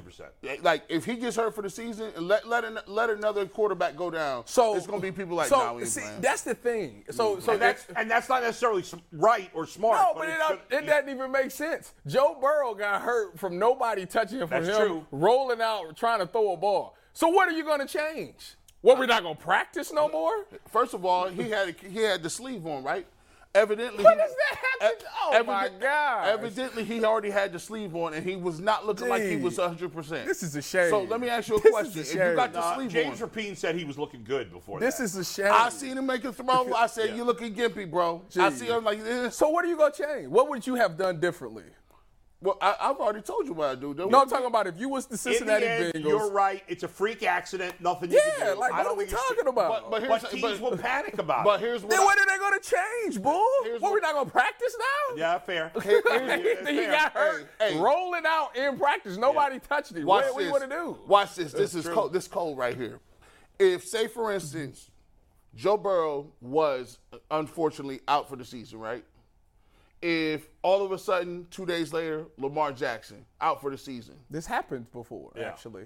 S5: eh, Like if he gets hurt for the season, and let let, an, let another quarterback go down.
S6: So
S5: it's gonna be people like,
S6: so,
S5: nah, we ain't
S6: see,
S5: playing."
S6: that's the thing. So so
S4: And that's, and that's not necessarily s- right or smart.
S6: No, but it,
S4: it's
S6: don't- it doesn't even make sense. Joe Burrow got hurt from nobody touching him, from
S4: That's
S6: him
S4: true.
S6: rolling out trying to throw a ball. So what are you going to change? What we're not going to practice no more?
S5: First of all, he had he had the sleeve on, right? Evidently,
S6: What
S5: he, eh,
S6: does that have to- oh, my gosh.
S5: Evidently, he already had the sleeve on, and he was not looking like he was
S6: Dude,
S5: 100. percent
S6: this is a shame.
S5: So let me ask you a
S6: This is
S5: question:
S6: a
S5: If you got
S6: shame.
S5: the
S4: Uh,
S5: sleeve
S4: James
S5: on,
S4: Rapine said he was looking good before
S6: This
S4: that.
S6: is a shame.
S5: I seen him make a throw. I said, "You looking gimpy, bro." I
S6: Jeez.
S5: see him like "Eh." this.
S6: So what are you going to change? What would you have done differently?
S5: well, I, I've already told you what I do.
S6: No, I'm talking about if you was the
S4: In the
S6: Cincinnati
S4: end,
S6: Bengals.
S4: you're right. It's a freak accident. Nothing you can
S6: Yeah,
S4: do.
S6: like,
S4: I
S6: what
S4: don't
S6: are we
S4: think it's-
S6: talking about?
S5: But,
S4: But,
S5: but here's
S4: teams
S5: but,
S4: will panic about
S5: but
S4: it.
S5: here's what.
S6: Then
S5: I-
S6: what are they going to change, bull?
S5: Here's
S6: What,
S5: what-
S6: we not going to practice now?
S4: Yeah, fair.
S6: he got hurt
S5: Hey, hey.
S6: rolling out in practice. Nobody touched him.
S5: Watch
S6: what do
S5: this.
S6: you want to do?
S5: Watch this. This is cold, this cold right here. If say for instance, Joe Burrow was uh, unfortunately out for the season, right? If all of a sudden, two days later, Lamar Jackson out for the season.
S6: This happened before, actually.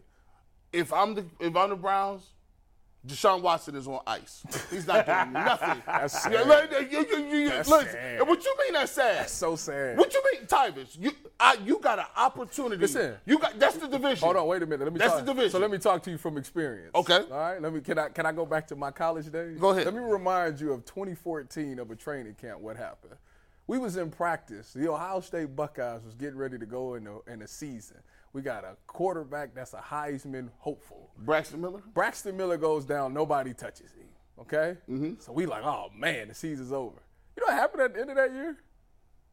S5: If I'm the if I'm the Browns, Deshaun Watson is on ice. He's not doing nothing.
S6: That's
S5: Yeah,
S6: sad.
S5: like, you- you- you-
S6: That's
S5: listen,
S6: sad.
S5: and what you mean that's sad?
S6: That's so sad.
S5: What you mean, Tyvis? You I, you got an opportunity.
S6: Listen.
S5: you got that's the division.
S6: Hold on, wait a minute. Let me
S5: That's
S6: talk.
S5: the division.
S6: So let me talk to you from experience.
S5: Okay.
S6: All right. Let me can I can I go back to my college days?
S5: Go ahead.
S6: Let me remind you of 2014 of a training camp. What happened? We was in practice. The Ohio State Buckeyes was getting ready to go in the in the season. We got a quarterback that's a Heisman hopeful.
S5: Braxton Miller.
S6: Braxton Miller goes down, nobody touches him. Okay? Mm-hmm. So we like, oh man, the season's over. You know what happened at the end of that year?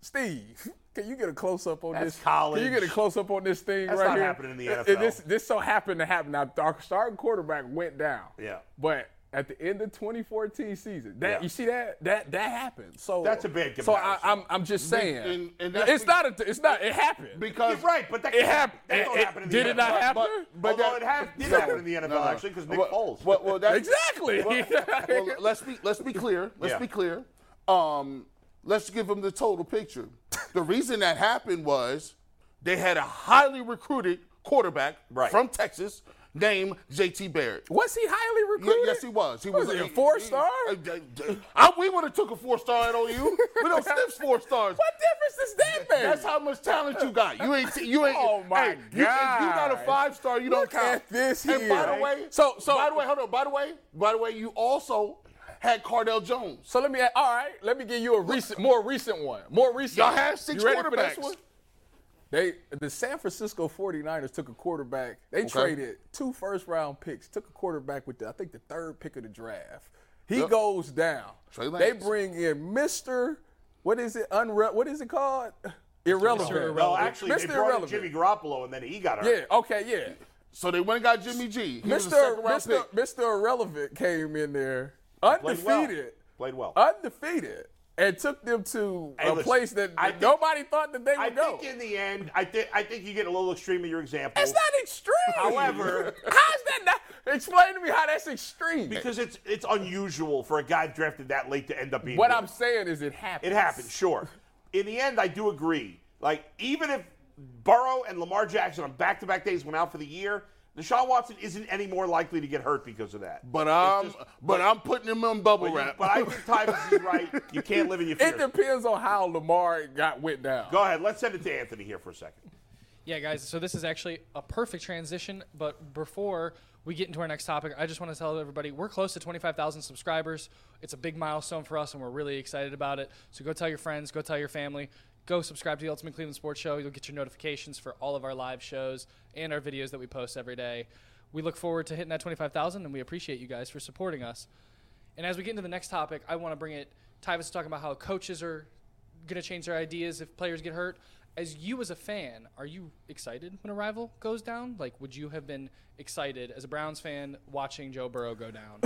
S6: Steve, can you get a close up on
S4: That's
S6: this?
S4: college.
S6: Can you get a close up on this thing
S4: That's
S6: right
S4: not
S6: here?
S4: happening in the
S6: And- and
S4: NFL.
S6: this this so happened to happen. Now our starting quarterback went down.
S4: Yeah.
S6: But at the end of 2014 season, that
S4: Yeah.
S6: you see that that that happened. So
S4: That's a bad
S6: So I,
S4: comparison.
S6: I'm I'm just saying,
S5: and- and that's
S6: it's not a, it's not it happened.
S5: Because
S4: You're right, but that,
S6: It happened.
S4: that don't
S6: It- it-
S4: happen in
S6: did
S4: the
S6: it not
S4: NFL.
S6: happen?
S4: But,
S5: But
S4: although
S5: that-
S4: it ha- did
S5: no,
S4: happen in the NFL,
S5: no, no.
S4: actually, because Nick
S5: Well,
S4: Foles.
S5: Well, well, that's,
S6: exactly.
S5: well, let's be let's be clear. Let's
S4: Yeah.
S5: be clear. Um, let's give them the total picture. The reason that happened was they had a highly recruited quarterback
S4: Right.
S5: from Texas named J.T. Barrett.
S6: Was he highly
S5: Ye-
S6: recruited?
S5: yes, he was. He was,
S6: was he a four star?
S5: Uh, d- d- I- we would have took a four star at OU. We don't sniff four stars.
S6: What difference does that make?
S5: That's how much talent you got. You ain't. You ain't.
S6: Oh, my
S5: hey, You, if you got a
S6: God.
S5: five star. You
S6: Look
S5: don't count.
S6: at this
S5: And by
S6: here.
S5: the way,
S6: So-
S5: so
S6: so-
S5: so. By the way, hold on. By the way, by the way, you also had Cardell Jones.
S6: so let me. All right, let me give you a recent, more recent one. More recent.
S5: Y'all had six
S6: you ready For this
S5: quarterbacks.
S6: one? They the San Francisco 49ers took a quarterback. They traded two first round picks, took a quarterback with the, I think the third pick of the draft. He goes down.
S5: Trey
S6: they
S5: Lance.
S6: bring in Mr. What is it? Unre- what is it called? Irrelevant.
S4: well, actually,
S6: Mr.
S4: they brought in
S6: Irrelevant.
S4: Jimmy Garoppolo, and then he got hurt.
S6: yeah. Okay. Yeah.
S5: So they went and got Jimmy G. He was a
S6: Mr.
S5: second round
S6: Mr.
S5: pick.
S6: Mr. Irrelevant came in there
S4: Played well.
S6: undefeated,
S4: Played well.
S6: undefeated, and took them to
S4: Hey,
S6: a
S4: listen,
S6: place that
S4: I think-
S6: nobody thought that they would
S4: I
S6: go.
S4: think in the end, I think I think you get a little extreme in your example.
S6: that's not extreme.
S4: However-
S6: how's that not? Explain to me how that's extreme.
S4: because it's it's unusual for a guy drafted that late to end up being.
S6: what
S4: good.
S6: I'm saying is it happens.
S4: It happened, sure. In the end, I do agree. Like, even if Burrow and Lamar Jackson on back to back days went out for the year, Deshaun Watson isn't any more likely to get hurt because of that.
S5: But I'm
S4: just-
S5: but, I'm putting him on bubble
S4: But, you,
S5: wrap.
S4: but I think Tyvus is right. You can't live in your
S6: It
S4: fear.
S6: depends on how Lamar got went down.
S4: Go ahead. Let's send it to Anthony here for a second.
S7: Yeah, guys. So this is actually a perfect transition. But before we get into our next topic, I just want to tell everybody we're close to 25,000 subscribers. It's a big milestone for us, and we're really excited about it. So go tell your friends, go tell your family, go subscribe to the Ultimate Cleveland Sports Show. You'll get your notifications for all of our live shows and our videos that we post every day. We look forward to hitting that 25,000, and we appreciate you guys for supporting us. And as we get into the next topic, I want to bring it. Tyvis is talking about how coaches are going to change their ideas if players get hurt. As you, as a fan, are you excited when a rival goes down? Like, would you have been excited as a Browns fan watching Joe Burrow go down?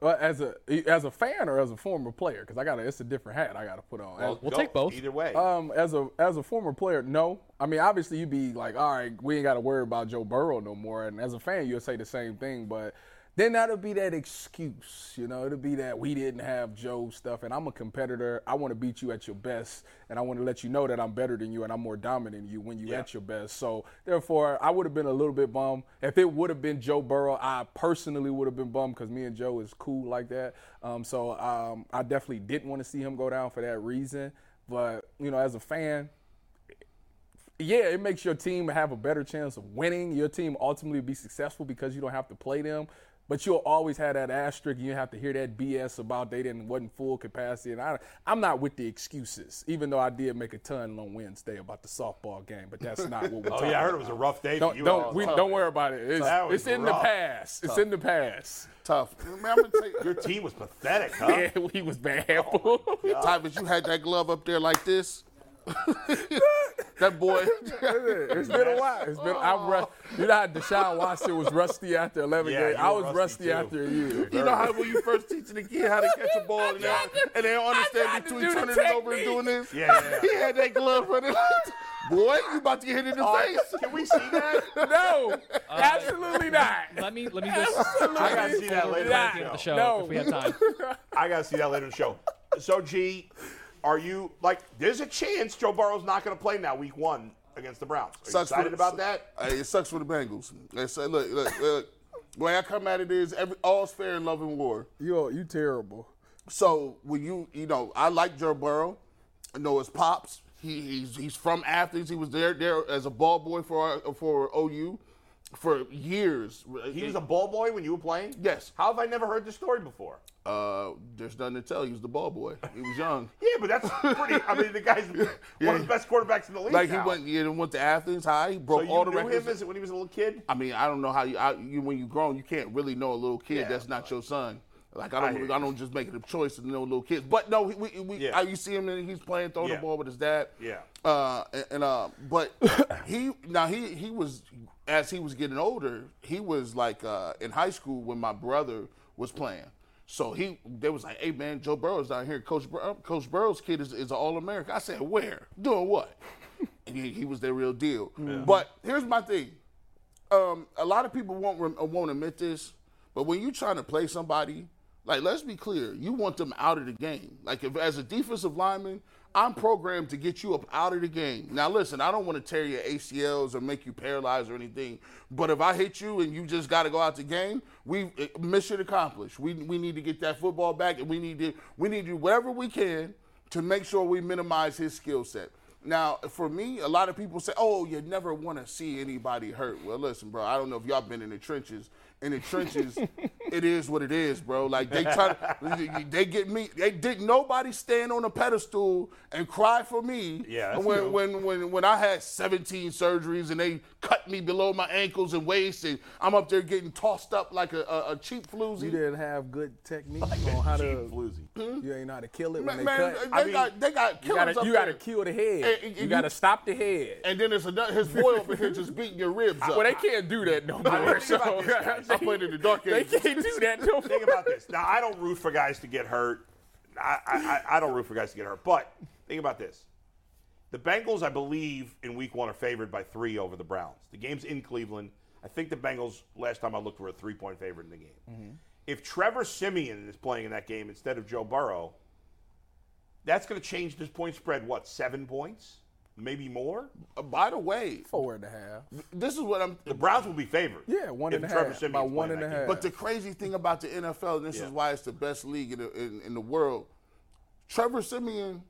S6: Well, as a as a fan or as a former player, because I got to it's a different hat I got to put on. As-
S7: we'll
S4: Go
S7: take both.
S4: Either way.
S6: Um, as a as a former player, no. I mean, obviously you'd be like, all right, we ain't got to worry about Joe Burrow no more. And as a fan, you'll say the same thing, but then that'll be that excuse, you know. It'll be that we didn't have Joe stuff, and I'm a competitor. I want to beat you at your best, and I want to let you know that I'm better than you and I'm more dominant than you when you at your best. So therefore, I would have been a little bit bummed if it would have been Joe Burrow. I personally would have been bummed because me and Joe is cool like that. Um, so um, I definitely didn't want to see him go down for that reason. But you know, as a fan, yeah, it makes your team have a better chance of winning. Your team ultimately be successful because you don't have to play them. But you'll always have that asterisk. and You have to hear that BS about they didn't wasn't full capacity. And I, I'm not with the excuses, even though I did make a ton on Wednesday about the softball game. But that's not what we're
S4: oh
S6: talking
S4: yeah, I heard it
S6: about.
S4: was a rough day. for
S6: Don't
S4: you all.
S6: don't, we, don't worry about it.
S4: That
S6: It's,
S4: was
S6: it's in
S4: rough.
S6: the past. It's in the past.
S5: Tough. Man, I'm gonna tell
S4: Your
S5: you,
S4: team was pathetic, huh?
S6: Yeah, we was bad.
S4: Oh,
S5: Tyvus, you had that glove up there like this. that boy.
S6: it's been a while. It's been I'm rust. You know how Deshaun Watson was rusty after 11
S4: Yeah,
S6: games.
S4: you
S6: I
S4: were
S6: was
S4: rusty,
S6: rusty,
S4: too.
S6: after a year.
S5: You know how when you first teaching a kid how to catch a ball and they, don't- and they don't understand
S6: tried to
S5: between
S6: do the
S5: turning it over and doing this?
S4: Yeah, yeah, yeah.
S5: He had that glove running like Boy, you about to get hit in the face.
S4: Can we see that?
S6: No, absolutely not.
S7: let me let me just
S4: I gotta see that later.
S6: not.
S4: in
S7: the
S4: the
S7: show
S4: show.
S6: No.
S7: if we have time.
S4: I gotta see that later in the show. So G, are you like? There's a chance Joe Burrow's not gonna play now, Week One against the Browns. Are you
S5: Sucks for
S4: excited
S5: the-
S4: about that?
S5: Hey, it sucks for the Bengals. They say, look, look, look. The way I come at it is every, all's fair in love and war.
S6: You you terrible.
S5: So when you you know, I like Joe Burrow. I know his pops. He, he's he's from Athens. He was there there as a ball boy for our, for OU for years.
S4: He was a ball boy when you were playing.
S5: Yes.
S4: How have I never heard this story before?
S5: Uh, there's nothing to tell. He was the ball boy. He was young.
S4: Yeah, but that's pretty. I mean, the guy's one of the best quarterbacks in the league.
S5: like he
S4: now.
S5: went yeah, went to Athens High. He
S4: So
S5: broke
S4: you
S5: all the
S4: knew
S5: records.
S4: him as, when he was a little kid.
S5: I mean, I don't know how you, I, you when you grown, you can't really know a little kid
S4: Yeah,
S5: that's not your son. Like I
S4: I hear
S5: don't,
S4: you.
S5: I, don't just make it a choice to know little kids. But no, we, we, we
S4: Yeah.
S5: I, you see him and he's playing throwing
S4: Yeah.
S5: the ball with his dad.
S4: Yeah.
S5: Uh, and, and uh, but he now he he was as he was getting older, he was like uh, in high school when my brother was playing. So he, they was like, "Hey man, Joe Burrow's down here. Coach Bur- uh, Coach Burrow's kid is, is an All American." I said, "Where? Doing what?" and he, he was the real deal. But here's my thing: um, a lot of people won't rem- won't admit this, but when you're trying to play somebody, like let's be clear, you want them out of the game. Like if as a defensive lineman, I'm programmed to get you up out of the game. Now listen, I don't want to tear your ACLs or make you paralyzed or anything, but if I hit you and you just got to go out the game, we eh, mission accomplished. We we need to get that football back, and we need to we need to do whatever we can to make sure we minimize his skill set. Now, for me, a lot of people say, "Oh, you never want to see anybody hurt." Well, listen, bro. I don't know if y'all been in the trenches. In the trenches, it is what it is, bro. Like they try, to, they get me. They did nobody stand on a pedestal and cry for me.
S4: Yeah, that's
S5: when
S4: true.
S5: when when when I had 17 surgeries and they cut me below my ankles and waist, and I'm up there getting tossed up like a, a, a cheap floozy.
S6: You didn't have good technique on how to. You ain't know how to kill it when they
S5: Man, man,
S6: cut.
S5: they, got they got
S6: You
S5: killers
S6: gotta,
S5: up
S6: you gotta
S5: there.
S6: kill the head.
S5: And- and
S6: you
S5: you-
S6: gotta stop the head.
S5: And then there's another his boy over here just beating your ribs up.
S6: well, they can't do that no
S4: I
S6: more.
S4: mean, think about
S6: So
S4: this, guys.
S5: I played in the dark
S6: they
S5: ages.
S6: can't do that no
S4: Think
S6: more.
S4: about this. Now, I don't root for guys to get hurt. I, I, I- I don't root for guys to get hurt. But think about this. The Bengals, I believe, in week one are favored by three over the Browns. The game's in Cleveland. I think the Bengals, last time I looked, were a three point favorite in the game.
S6: Mm-hmm.
S4: If Trevor Simeon is playing in that game instead of Joe Burrow, that's going to change this point spread, what, seven points? maybe more.
S5: Uh, By the way,
S6: Four and a half.
S5: this is what I'm.
S4: The Browns will be favored.
S6: Yeah, one
S4: if
S6: and a
S4: Trevor
S6: half,
S4: Siemian's
S6: by one
S4: playing
S6: and a
S4: that game.
S6: half.
S5: But the crazy thing about the NFL, and this
S4: Yeah.
S5: is why it's the best league in the, in, in the world, Trevor Simeon.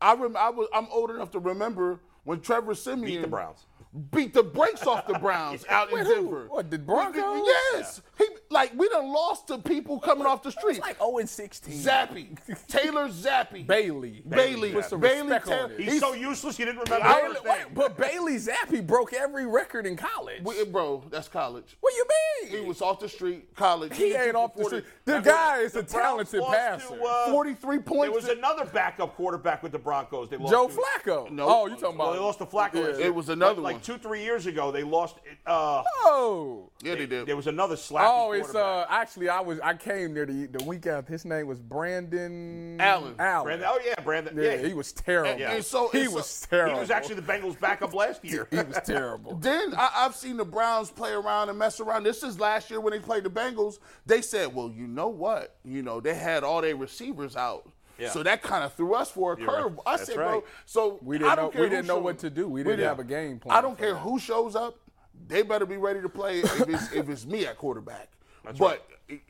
S5: I rem, I was I'm old enough to remember when Trevor Simeon
S4: Beat the Browns.
S5: beat the brakes off the Browns out in
S6: Wait, who?
S5: Denver.
S6: What, the Broncos?
S5: Yes, he like we done lost to people coming off the street.
S6: Like oh. 0 and 16.
S5: Zappy, Taylor Zappy,
S6: Bailey.
S5: Bailey,
S6: Put some
S5: Bailey
S6: respect on
S5: Taylor.
S6: it.
S4: He's,
S5: He's-
S4: so useless. You didn't remember.
S5: I
S6: Bailey- wait, but Bailey Zappi broke every record in college.
S5: We- bro, that's college.
S6: what you mean?
S5: He was off the street, college.
S6: He
S5: was
S6: ain't
S5: shooting
S6: off the
S5: 40.
S6: street. The guy is a talented
S4: lost
S6: passer.
S4: to, uh,
S5: 43 points.
S4: There was another backup quarterback with the Broncos. They lost
S6: Joe
S4: to-
S6: Flacco.
S5: No.
S6: Oh, you talking about?
S4: Well, they lost to Flacco. last year.
S5: it was another
S4: like, Like
S5: one.
S4: two, three years ago, they lost. Uh,
S6: Oh.
S5: yeah, they did.
S4: there was another slap.
S6: Oh, it's uh actually I was I came there the the week after his name was Brandon
S5: Allen.
S6: Allen.
S4: Brandon, oh yeah, Brandon.
S6: yeah, he was terrible.
S4: Yeah.
S5: And so
S6: he
S5: and so-
S6: was terrible.
S4: He was actually the Bengals' backup last year.
S6: he was terrible.
S5: Then I, I've seen the Browns play around and mess around. This is last year when they played the Bengals. They said, well, you know what? You know, they had all their receivers out.
S4: Yeah.
S5: So that kind of threw us for a curve. I
S4: That's
S5: said,
S4: right.
S5: bro, so
S6: We didn't
S5: I don't
S6: know-
S5: care
S6: we
S5: who
S6: didn't know
S5: shows-
S6: what to do. We didn't have a game plan
S5: I don't
S6: for
S5: care
S6: that.
S5: who shows up. They better be ready to play if it's, if it's me at quarterback. but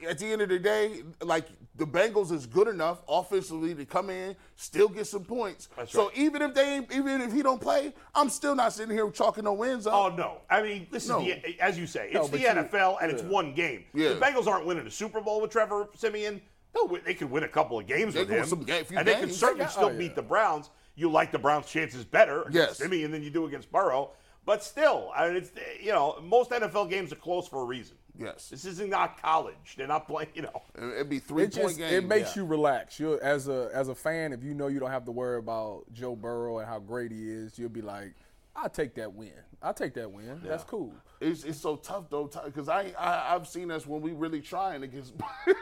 S5: at the end of the day, like the Bengals is good enough offensively to come in, still get some points. so even if they ain't, even if he don't play, I'm still not sitting here chalking no wins up.
S4: Oh no! I mean, this
S5: No.
S4: is the as you say, it's the
S6: but you-
S4: NFL and it's one game.
S5: Yeah.
S4: The Bengals aren't winning a Super Bowl with Trevor Simeon. They'll win, they could win a couple of games
S5: They
S4: with
S5: could win
S4: him,
S5: some ga- few
S4: and they could
S5: games.
S4: certainly
S5: Oh,
S4: still beat the Browns. You like the Browns' chances better against
S5: Yes.
S4: Simeon than you do against Burrow, but still, I mean, it's you know, most NFL games are close for a reason.
S5: Yes.
S4: this is not college. They're not playing. You know,
S5: It'd be three
S6: It
S5: point
S6: just
S5: game.
S6: it makes you relax. You as a as a fan, if you know you don't have to worry about Joe Burrow and how great he is, you'll be like, I'll take that win. I'll take that win. That's cool.
S5: It's, it's so tough though, because I, I I've seen us when we really trying against.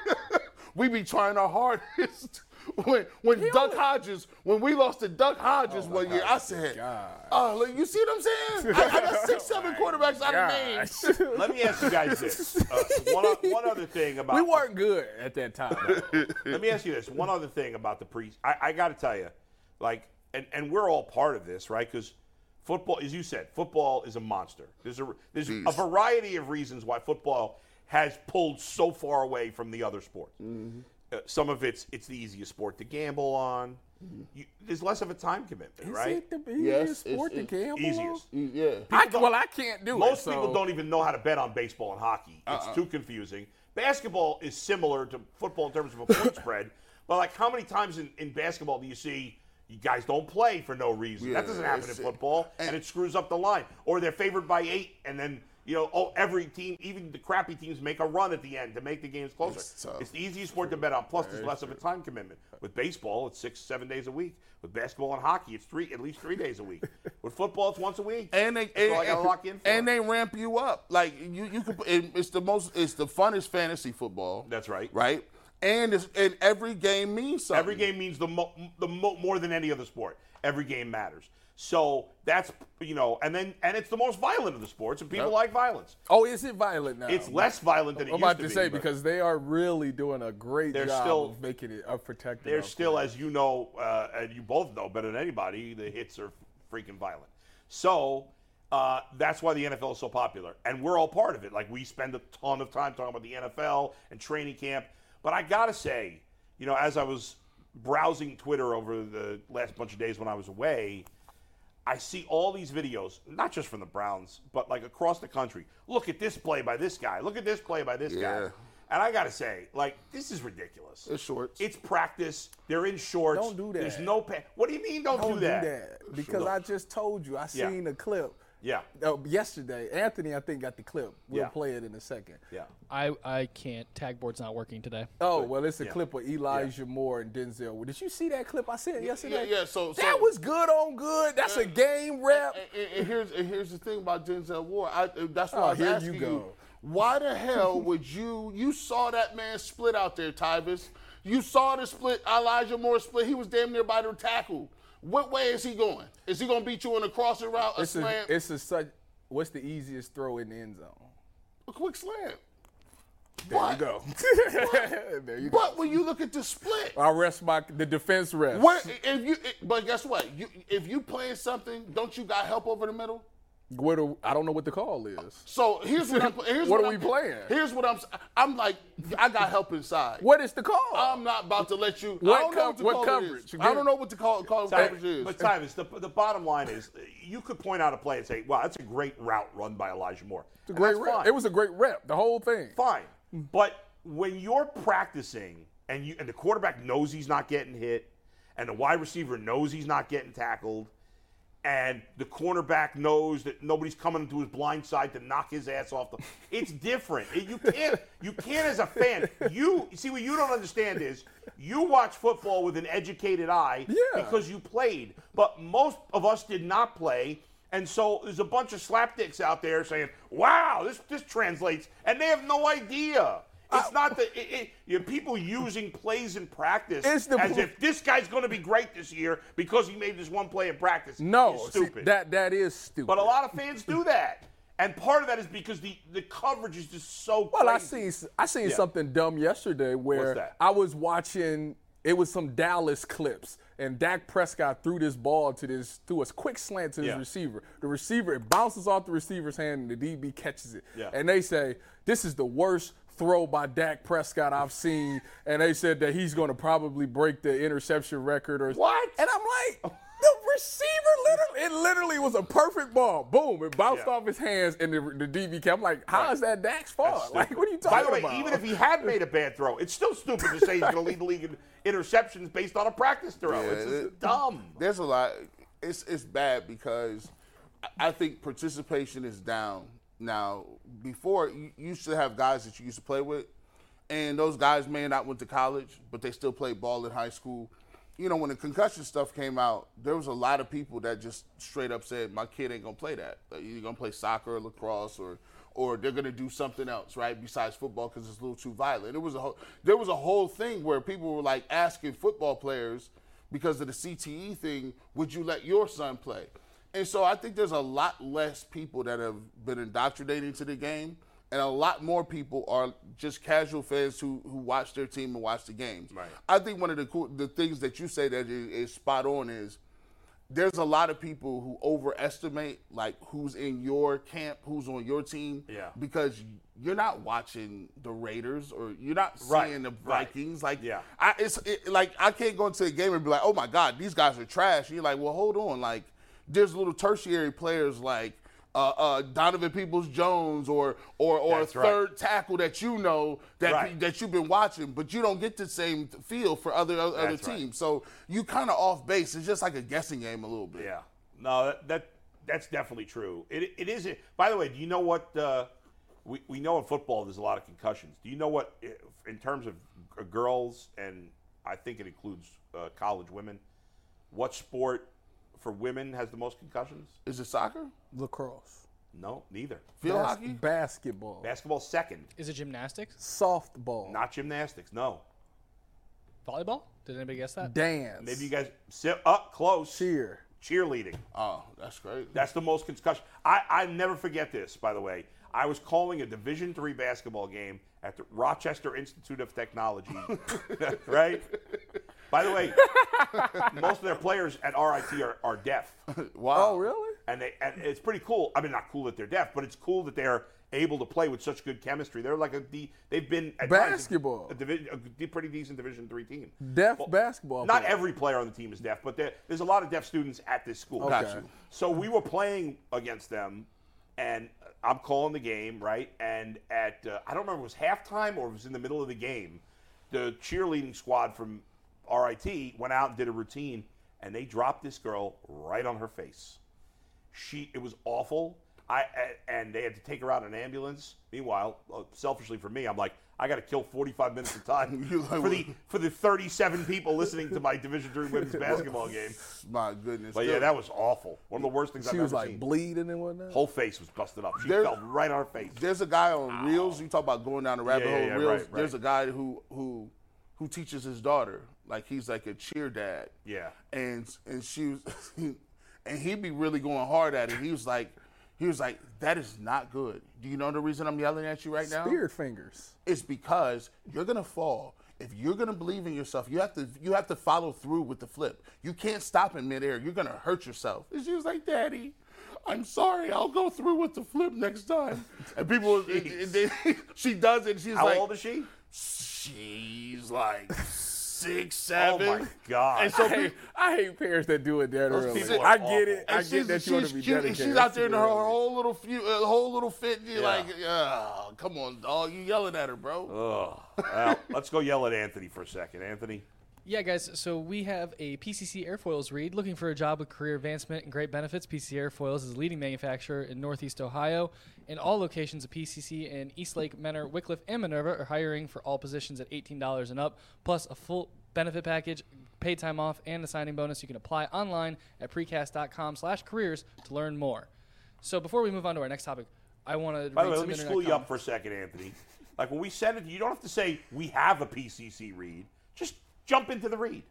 S5: we be trying our hardest. When when Duck Hodges, when we lost to Duck Hodges one year, I said, "Oh, look, you see what I'm saying? I, I got six, seven quarterbacks out of name."
S4: let me ask you guys this. Uh, one, o- one other thing about
S6: We weren't good at that time.
S4: Let me ask you this. One other thing about the pre, I, I got to tell you, like, and, and we're all part of this, right? Because football, as you said, football is a monster. There's a there's a variety of reasons why football has pulled so far away from the other sports. Uh, some of it's it's the easiest sport to gamble on. You, there's less of a time commitment,
S6: Is
S4: right?
S6: it the
S5: Yes,
S6: easiest sport to
S5: it's- it's
S6: gamble? on?
S4: Easiest.
S5: Yeah,
S6: I, well, I can't do it.
S4: Most
S6: so-
S4: people don't even know how to bet on baseball and hockey. It's too confusing. Basketball is similar to football in terms of a point spread, but like how many times in, in basketball do you see you guys don't play for no reason? that
S5: Yeah,
S4: doesn't happen in
S5: it's-
S4: football, and, it screws up the line. Or they're favored by eight, and then you know, oh, every team, even the crappy teams, make a run at the end to make the games closer.
S5: It's tough.
S4: the easiest sport to bet on. Plus, there's less of a time commitment. With baseball, it's six, seven days a week. With basketball and hockey, it's three, at least three days a week. With football, it's once a week.
S5: and they
S4: That's
S5: and,
S4: all I gotta lock in for.
S5: and they ramp you up. Like you you could. It, it's the most. It's the funnest fantasy football.
S4: That's right.
S5: Right. And it's, and every game means something.
S4: Every game means the mo- the mo- more than any other sport. Every game matters. So that's you know, and then and it's the most violent of the sports, and people like violence.
S6: Oh, is it violent now?
S4: It's less violent than it
S6: Um, I'm
S4: used
S6: about
S4: to,
S6: to
S4: be,
S6: say
S4: but
S6: because they are really doing a great
S4: They're
S6: job
S4: still-
S6: of making it of protecting.
S4: they're
S6: our
S4: still, as you know, uh, and you both know better than anybody, the hits are freaking violent. So uh, that's why the NFL is so popular, and we're all part of it. Like we spend a ton of time talking about the NFL and training camp. But I gotta say, you know, as I was browsing Twitter over the last bunch of days when I was away, I see all these videos, not just from the Browns, but like across the country. Look at this play by this guy. Look at this play by this guy.
S5: Yeah.
S4: And I gotta say, like, this is ridiculous.
S5: It's shorts.
S4: It's practice. They're in shorts.
S6: Don't do that.
S4: There's no pa- What do you mean? Don't,
S6: Don't
S4: do that.
S6: because I just told you I
S4: Yeah.
S6: seen a clip.
S4: Yeah.
S6: uh, yesterday, Anthony, I think got the clip. We'll
S4: Yeah.
S6: play it in a second.
S4: Yeah.
S7: I, I can't. Tag board's not working today.
S6: Oh well, it's a clip of Elijah Moore and Denzel. Well, Did you see that clip I sent yesterday?
S5: yeah, so-
S6: that
S5: so-
S6: was good on good. That's a game rep.
S5: And- and, and here's and here's the thing about Denzel Ward. I, that's why
S6: Oh,
S5: I was
S6: here you
S5: asking you,
S6: go.
S5: why the hell would you? You saw that man split out there, Tyvis. You saw the split, Elijah Moore split. He was damn near by the tackle. What way is he going? Is he going to beat you on a crossing route, a
S6: It's
S5: slam,
S6: a, it's a such. What's the easiest throw in the end zone?
S5: a quick slam? But,
S6: There you go. there you go.
S5: but when you look at the split,
S6: I rest my the defense rest.
S5: where if you it- but guess what? You if you playing something, don't you got help over the middle?
S6: Where do, I don't know what the call is.
S5: So here's what I'm here's
S6: What
S5: what,
S6: are
S5: I'm-
S6: we playing?
S5: Here's what I'm s- I'm like I got help inside.
S6: What is the call?
S4: Um,
S5: I'm not about to let you.
S6: What
S5: I don't
S6: co-
S5: know what, the
S6: what
S5: call
S6: coverage?
S5: It is. I don't know what the call, call coverage is.
S4: But Tyvus, the, the bottom line is you could point out a play and say, wow, that's a great route run by Elijah Moore.
S6: It's a
S4: And
S6: great
S4: that's
S6: rep.
S4: fine.
S6: It was Hmm. a great rep. The whole thing.
S4: fine. But when you're practicing and you and the quarterback knows he's not getting hit, and the wide receiver knows he's not getting tackled, and the cornerback knows that nobody's coming to his blind side to knock his ass off the it's different. It- you can't you can't as a fan. You see what you don't understand is you watch football with an educated eye
S6: Yeah.
S4: because you played. But most of us did not play. And so there's a bunch of slapdicks out there saying, "Wow, this this translates," and they have no idea. It's not the it, it, you know, people using plays in practice
S6: It's the
S4: as
S6: pl-
S4: if this guy's going to be great this year because he made this one play in practice.
S6: No,
S4: It's
S6: see,
S4: stupid.
S6: that that is stupid.
S4: but a lot of fans do that, and part of that is because the the coverage is just so.
S6: Well, I
S4: crazy.
S6: seen I seen
S4: Yeah.
S6: something dumb yesterday
S4: What's
S6: where
S4: that?
S6: I was watching. It was some Dallas clips, and Dak Prescott threw this ball to this threw a quick slant to this
S4: Yeah.
S6: receiver. The receiver it bounces off the receiver's hand, and the DB catches it.
S4: Yeah.
S6: And they say this is the worst throw by Dak Prescott I've seen, and they said that he's going to probably break the interception record or
S4: What?
S6: And I'm like. The receiver literally, it literally was a perfect ball. Boom! It bounced
S4: Yeah.
S6: off his hands, and the, the DB. kept- I'm like, how is that Dak's fault?
S4: That's
S6: Like,
S4: stupid.
S6: what are you talking about?
S4: By the way, even if he had made a bad throw, it's still stupid to say he's going to lead the league in interceptions based on a practice throw.
S5: Yeah,
S4: it's just
S5: it-
S4: dumb.
S5: There's a lot. It's it's bad because I- I think participation is down now. Before you you used to have guys that you used to play with, and those guys may not went to college, but they still played ball in high school. You know, when the concussion stuff came out, there was a lot of people that just straight up said, "My kid ain't gonna play that. Like, Either gonna play soccer or lacrosse or." Or they're gonna do something else, right? Besides football, because it's a little too violent. It was a whole, there was a whole thing where people were like asking football players, because of the CTE thing, would you let your son play? And so I think there's a lot less people that have been indoctrinated to the game, and a lot more people are just casual fans who, who watch their team and watch the games. Right. I think one of the cool the things that you say that is, is spot on is there's a lot of people who overestimate like who's in your camp, who's on your team,
S4: Yeah.
S5: because you're not watching the Raiders or you're not seeing
S4: Right,
S5: the
S4: right.
S5: Vikings. Like
S4: Yeah.
S5: I, it's it, like I can't go into a game and be like, oh my God, these guys are trash. And you're like, well, hold on. Like, there's little tertiary players like uh, uh, Donovan Peoples Jones or or or a
S4: That's right.
S5: third tackle that you know that
S4: Right.
S5: that you've been watching, but you don't get the same feel for other other
S4: That's right.
S5: teams. So you kind of off base. It's just like a guessing game a little bit.
S4: Yeah. No, that, that that's definitely true. It it is. By the way, do you know what? Uh, we we know in football there's a lot of concussions. Do you know what? If, in terms of g- girls and I think it includes uh, college women, what sport for women has the most concussions?
S5: Is it soccer?
S6: lacrosse,
S4: No, neither.
S5: Field
S6: Bas-
S5: hockey?
S6: basketball,
S4: Basketball second.
S7: Is it gymnastics?
S6: softball,
S4: Not gymnastics. No.
S7: Volleyball? Did anybody guess that?
S6: dance,
S4: Maybe you guys sit up close.
S6: cheer.
S4: Cheerleading.
S5: Oh, that's great.
S4: That's the most concussion. I I never forget this. By the way, I was calling a Division three basketball game at the Rochester Institute of Technology. right. By the way, most of their players at RIT are, are deaf,
S5: wow.
S6: Oh, really?
S4: and they and it's pretty cool. I mean, not cool that they're deaf, but it's cool that they're able to play with such good chemistry. They're like a D. They've been at times a-
S6: Basketball.
S4: a, divi- a d- pretty decent Division three team.
S6: Deaf basketball
S4: Not
S6: player.
S4: every player on the team is deaf, but there, there's a lot of deaf students at this school.
S6: Got Okay. you.
S4: So we were playing against them, and I'm calling the game, right? And at, uh, I don't remember if it was halftime or it was in the middle of the game, the cheerleading squad from RIT went out and did a routine, and they dropped this girl right on her face. She, it was awful. I, a- and they had to take her out in an ambulance. Meanwhile, uh, selfishly for me, I'm like, I got to kill 45 minutes of time
S5: You like
S4: for the for the 37 people listening to my Division Three women's basketball game.
S5: My goodness.
S4: But yeah, that was awful. One of the worst things
S6: She
S4: I've
S6: was
S4: ever
S6: like
S4: seen.
S6: bleeding and whatnot.
S4: Whole face was busted up. She
S5: There-
S4: fell right on her face.
S5: There's a guy on Reels. You talk about going down the rabbit
S4: Yeah, yeah,
S5: hole.
S4: yeah,
S5: Reels.
S4: right, right.
S5: There's a guy who who who teaches his daughter. Like he's like a cheer dad.
S4: Yeah.
S5: And and she was, and he be really going hard at it. He was like, He was like, "That is not good. Do you know the reason I'm yelling at you right now?
S6: Spirit fingers.
S5: It's because you're gonna fall. If you're gonna believe in yourself, you have to you have to follow through with the flip. You can't stop in midair. You're gonna hurt yourself." And she was like, "Daddy." I'm sorry. I'll go through with the flip next time. And people, and- and they- she does it. She's
S4: How
S5: like,
S4: old is she?
S5: She's like six,
S4: Oh
S5: seven.
S4: my god!
S5: And so
S6: I hate, I hate parents that do it that early.
S4: people are
S6: I
S4: awful.
S6: get it. I
S5: "Oh." And
S6: get
S5: she's,
S6: that you want
S5: she's
S6: to be
S5: cute, and
S6: dedicated.
S5: she's out there in her
S6: Yeah.
S5: whole little few, uh, whole little fit. You're
S4: Yeah.
S5: like, oh, come on, dog, you yelling at her, bro.
S4: Well, let's go yell at Anthony for a second. Anthony,
S7: Yeah, guys. So we have a PCC Airfoils read looking for a job with career advancement and great benefits. PCC Airfoils is a leading manufacturer in Northeast Ohio, and all locations of PCC in Eastlake, Menor, Wickliffe, and Minerva are hiring for all positions at $18 and up, plus a full benefit package, paid time off, and a signing bonus. You can apply online at precast.com/careers to learn more. So before we move on to our next topic, I want to.
S4: by the way, let me school you up for a second, Anthony. Like when we send it, you don't have to say we have a PCC read. Just jump into the read.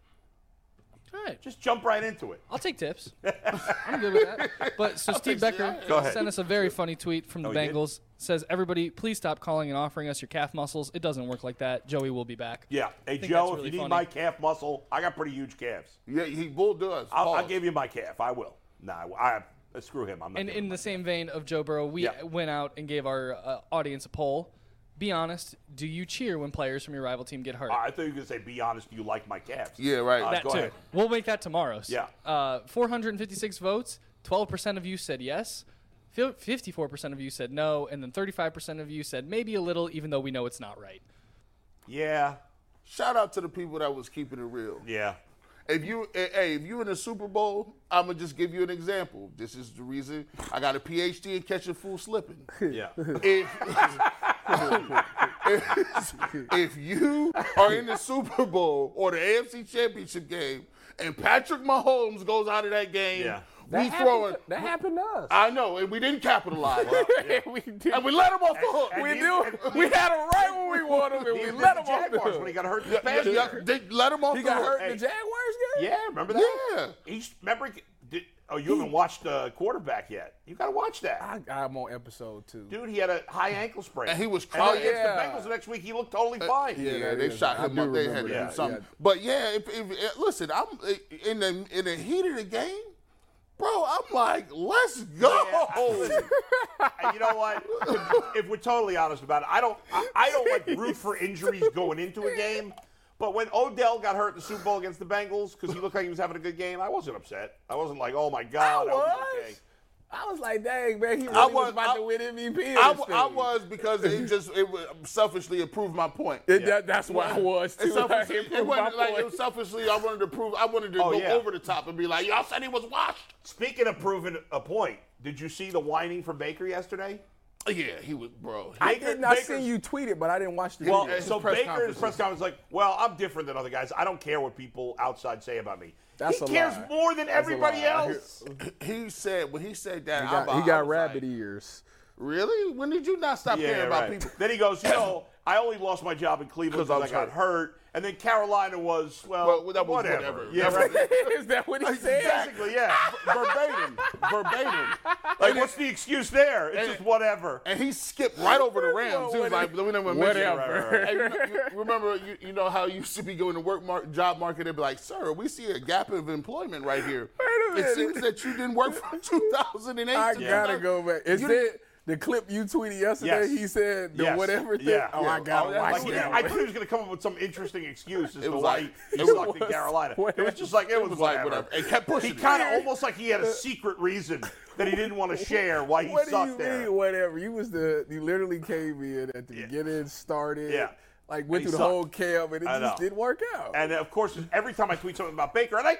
S7: All right.
S4: Just jump right into it.
S7: I'll take tips. I'm good with that. But so Steve Becker
S4: ahead. Oh,
S7: sent us a very funny tweet from the
S4: he did?
S7: Bengals. Says everybody, please stop calling and offering us your calf muscles. It doesn't work like that. Joey will be back.
S4: Yeah. Hey
S7: think
S4: Joe,
S7: that's
S4: if you
S7: really
S4: need
S7: funny.
S4: my calf muscle, I got pretty huge calves.
S5: Yeah, he bull does.
S4: I'll, I'll
S5: Pause.
S4: give you my calf. I will. Nah, I, I screw him. I'm not.
S7: And
S4: giving
S7: in
S4: him
S7: the same vein of Joe Burrow, we
S4: Yeah.
S7: went out and gave our uh, audience a poll. Be honest. Do you cheer when players from your rival team get hurt?
S4: my- I thought you were gonna say, be honest. Do you like my calves?
S5: Yeah, right.
S4: Uh,
S7: that
S4: go
S7: too.
S4: ahead.
S7: We'll make that tomorrow's.
S4: Yeah.
S7: Uh, 456 votes. 12% of you said yes. Fif- 54% of you said no. And then 35% of you said maybe a little, even though we know it's not right.
S4: Yeah.
S5: Shout out to the people that was keeping it real.
S4: Yeah.
S5: If you, eh, hey, if you in the Super Bowl, I'm gonna just give you an example. This is the reason I got a PhD in catching fools slipping.
S4: Yeah.
S5: if, if, if you are in the Super Bowl or the AFC Championship game and Patrick Mahomes goes out of that game,
S4: Yeah.
S6: That
S5: we
S6: happened
S5: throwing.
S6: to- That happened to us.
S5: I know, and we didn't capitalize.
S6: we did.
S5: And we let him off the hook.
S4: And-
S6: we
S4: and
S5: we
S4: he-
S6: do. We had him right when we wanted him, and
S4: He
S6: we
S4: was with
S6: let
S4: the
S6: him off the
S4: Jaguars when he
S6: hook.
S4: got hurt. this past
S5: yeah,
S4: year.
S5: they let him off
S6: He
S5: the
S6: got
S5: hook.
S6: hurt in
S4: Hey.
S6: the Jaguars game.
S4: Yeah, remember that?
S5: Yeah.
S4: He's remember. he- Did, oh, you haven't watched uh, quarterback yet. You got to watch that.
S6: I, I'm on episode two.
S4: Dude, he had a high ankle sprain.
S5: And he was
S4: And then
S5: crying. Uh,
S4: against
S6: Yeah.
S4: the Bengals the next week, he looked totally fine.
S5: Yeah,
S6: Yeah,
S5: they
S6: yeah,
S5: shot
S6: I
S5: him
S6: do
S5: up. They had to
S6: remember
S5: do
S4: that.
S5: something.
S6: Yeah.
S5: But yeah, if, if, eh, listen, I'm eh, in the in the heat of the game, bro. I'm like, let's go.
S4: Yeah, I- and you know what? If, if we're totally honest about it, I don't. I, I don't like root for injuries going into a game. But when Odell got hurt in the Super Bowl against the Bengals because he looked like he was having a good game, I wasn't upset. I wasn't like, oh my
S6: I
S4: god, I
S6: was.
S4: okay.
S6: I was like, dang, man, he really
S5: I
S6: was,
S5: was-
S6: about
S5: I-
S6: to win MVP.
S5: I,
S6: in this
S5: w- I
S6: thing.
S5: was because it just it was selfishly it proved my point.
S6: It- that- that's what I was too.
S5: It, selfishly,
S6: Like,
S5: it wasn't
S6: my
S5: like it
S6: point.
S5: was selfishly. I wanted to prove. I wanted to
S4: Oh,
S5: go
S4: yeah.
S5: over the top and be like, y'all said he was washed.
S4: Speaking of proving a point, did you see the whining from Baker yesterday?
S5: Yeah, he was, bro.
S4: I
S6: didn't I seen you tweet it, but I didn't watch the
S4: Well,
S6: video. His
S4: so
S6: press
S4: Baker in his
S6: conference.
S4: press conference was like, "Well, I'm different than other guys. I don't care what people outside say about me.
S6: That's
S4: he
S6: a
S4: cares
S6: lie.
S4: more than
S6: That's a
S4: everybody
S6: lie. I hear-
S4: else."
S5: he said when he said that,
S6: He got,
S5: I,
S6: he
S5: I
S6: got
S5: was
S6: rabbit
S5: Like,
S6: ears.
S5: really? When did you not stop caring about people?
S4: Then he goes, "You know, I only lost my job in Cleveland
S5: 'Cause I
S4: because I
S5: was
S4: got hurt." And then Carolina was, well,
S5: Well, that was
S4: whatever.
S5: whatever.
S4: Yeah, right.
S6: Is that what he said?
S4: Basically, yeah, verbatim, verbatim. Like, what's the excuse there? It's just whatever.
S5: And he skipped right over the Rams. He was like, we never mentioned it.
S6: Whatever.
S5: Hey, you know- you- remember, you, you know how you used to be going to work mar- job market and be like, sir, we see a gap of employment right here.
S6: Wait a
S5: It
S6: minute.
S5: seems that you didn't work from 2008.
S6: I
S5: to
S6: gotta
S5: 2000."
S6: go back. Is
S5: You-
S6: it the clip you tweeted yesterday?
S4: Yes.
S6: He said the
S4: Yes.
S6: whatever thing.
S4: Yeah.
S6: Oh, I
S4: Yeah.
S6: gotta
S5: Oh, that's
S6: watch
S4: Like,
S5: what
S6: that.
S4: I thought he was going to come up with some interesting excuse as to
S5: was
S4: why
S5: like-
S4: he
S5: it
S4: sucked in
S6: was
S4: Carolina. It was
S6: whatever.
S4: just like, it was,
S5: was like
S4: whatever.
S5: whatever. He kept pushing
S4: He
S5: it.
S4: kind of almost like he had a secret reason that he didn't want to share why he
S6: What do you
S4: sucked there.
S6: mean? Whatever. You was the. You literally came in at the beginning, started.
S4: Yeah.
S6: Like went
S4: And he
S6: through the
S4: sucked.
S6: whole camp, and it
S4: I
S6: just
S4: know.
S6: didn't work out.
S4: And of course, every time I tweet something about Baker, and I,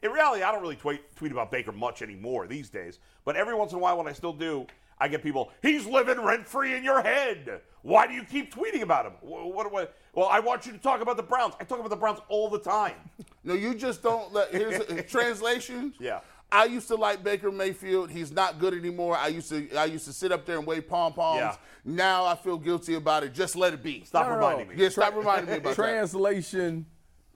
S4: in reality, I don't really tweet, tweet about Baker much anymore these days. But every once in a while, when I still do, I get people, he's living rent free in your head. Why do you keep tweeting about him? What, what, what? Well, I want you to talk about the Browns. I talk about the Browns all the time.
S5: No, you just don't let. Here's a, translation.
S4: Yeah.
S5: I used to like Baker Mayfield. He's not good anymore. I used to I used to sit up there and wave pom poms.
S4: Yeah.
S5: Now I feel guilty about it. Just let it be.
S4: Stop
S6: No, no,
S4: reminding
S6: no.
S4: me.
S5: Yeah, stop reminding me about that.
S6: Translation.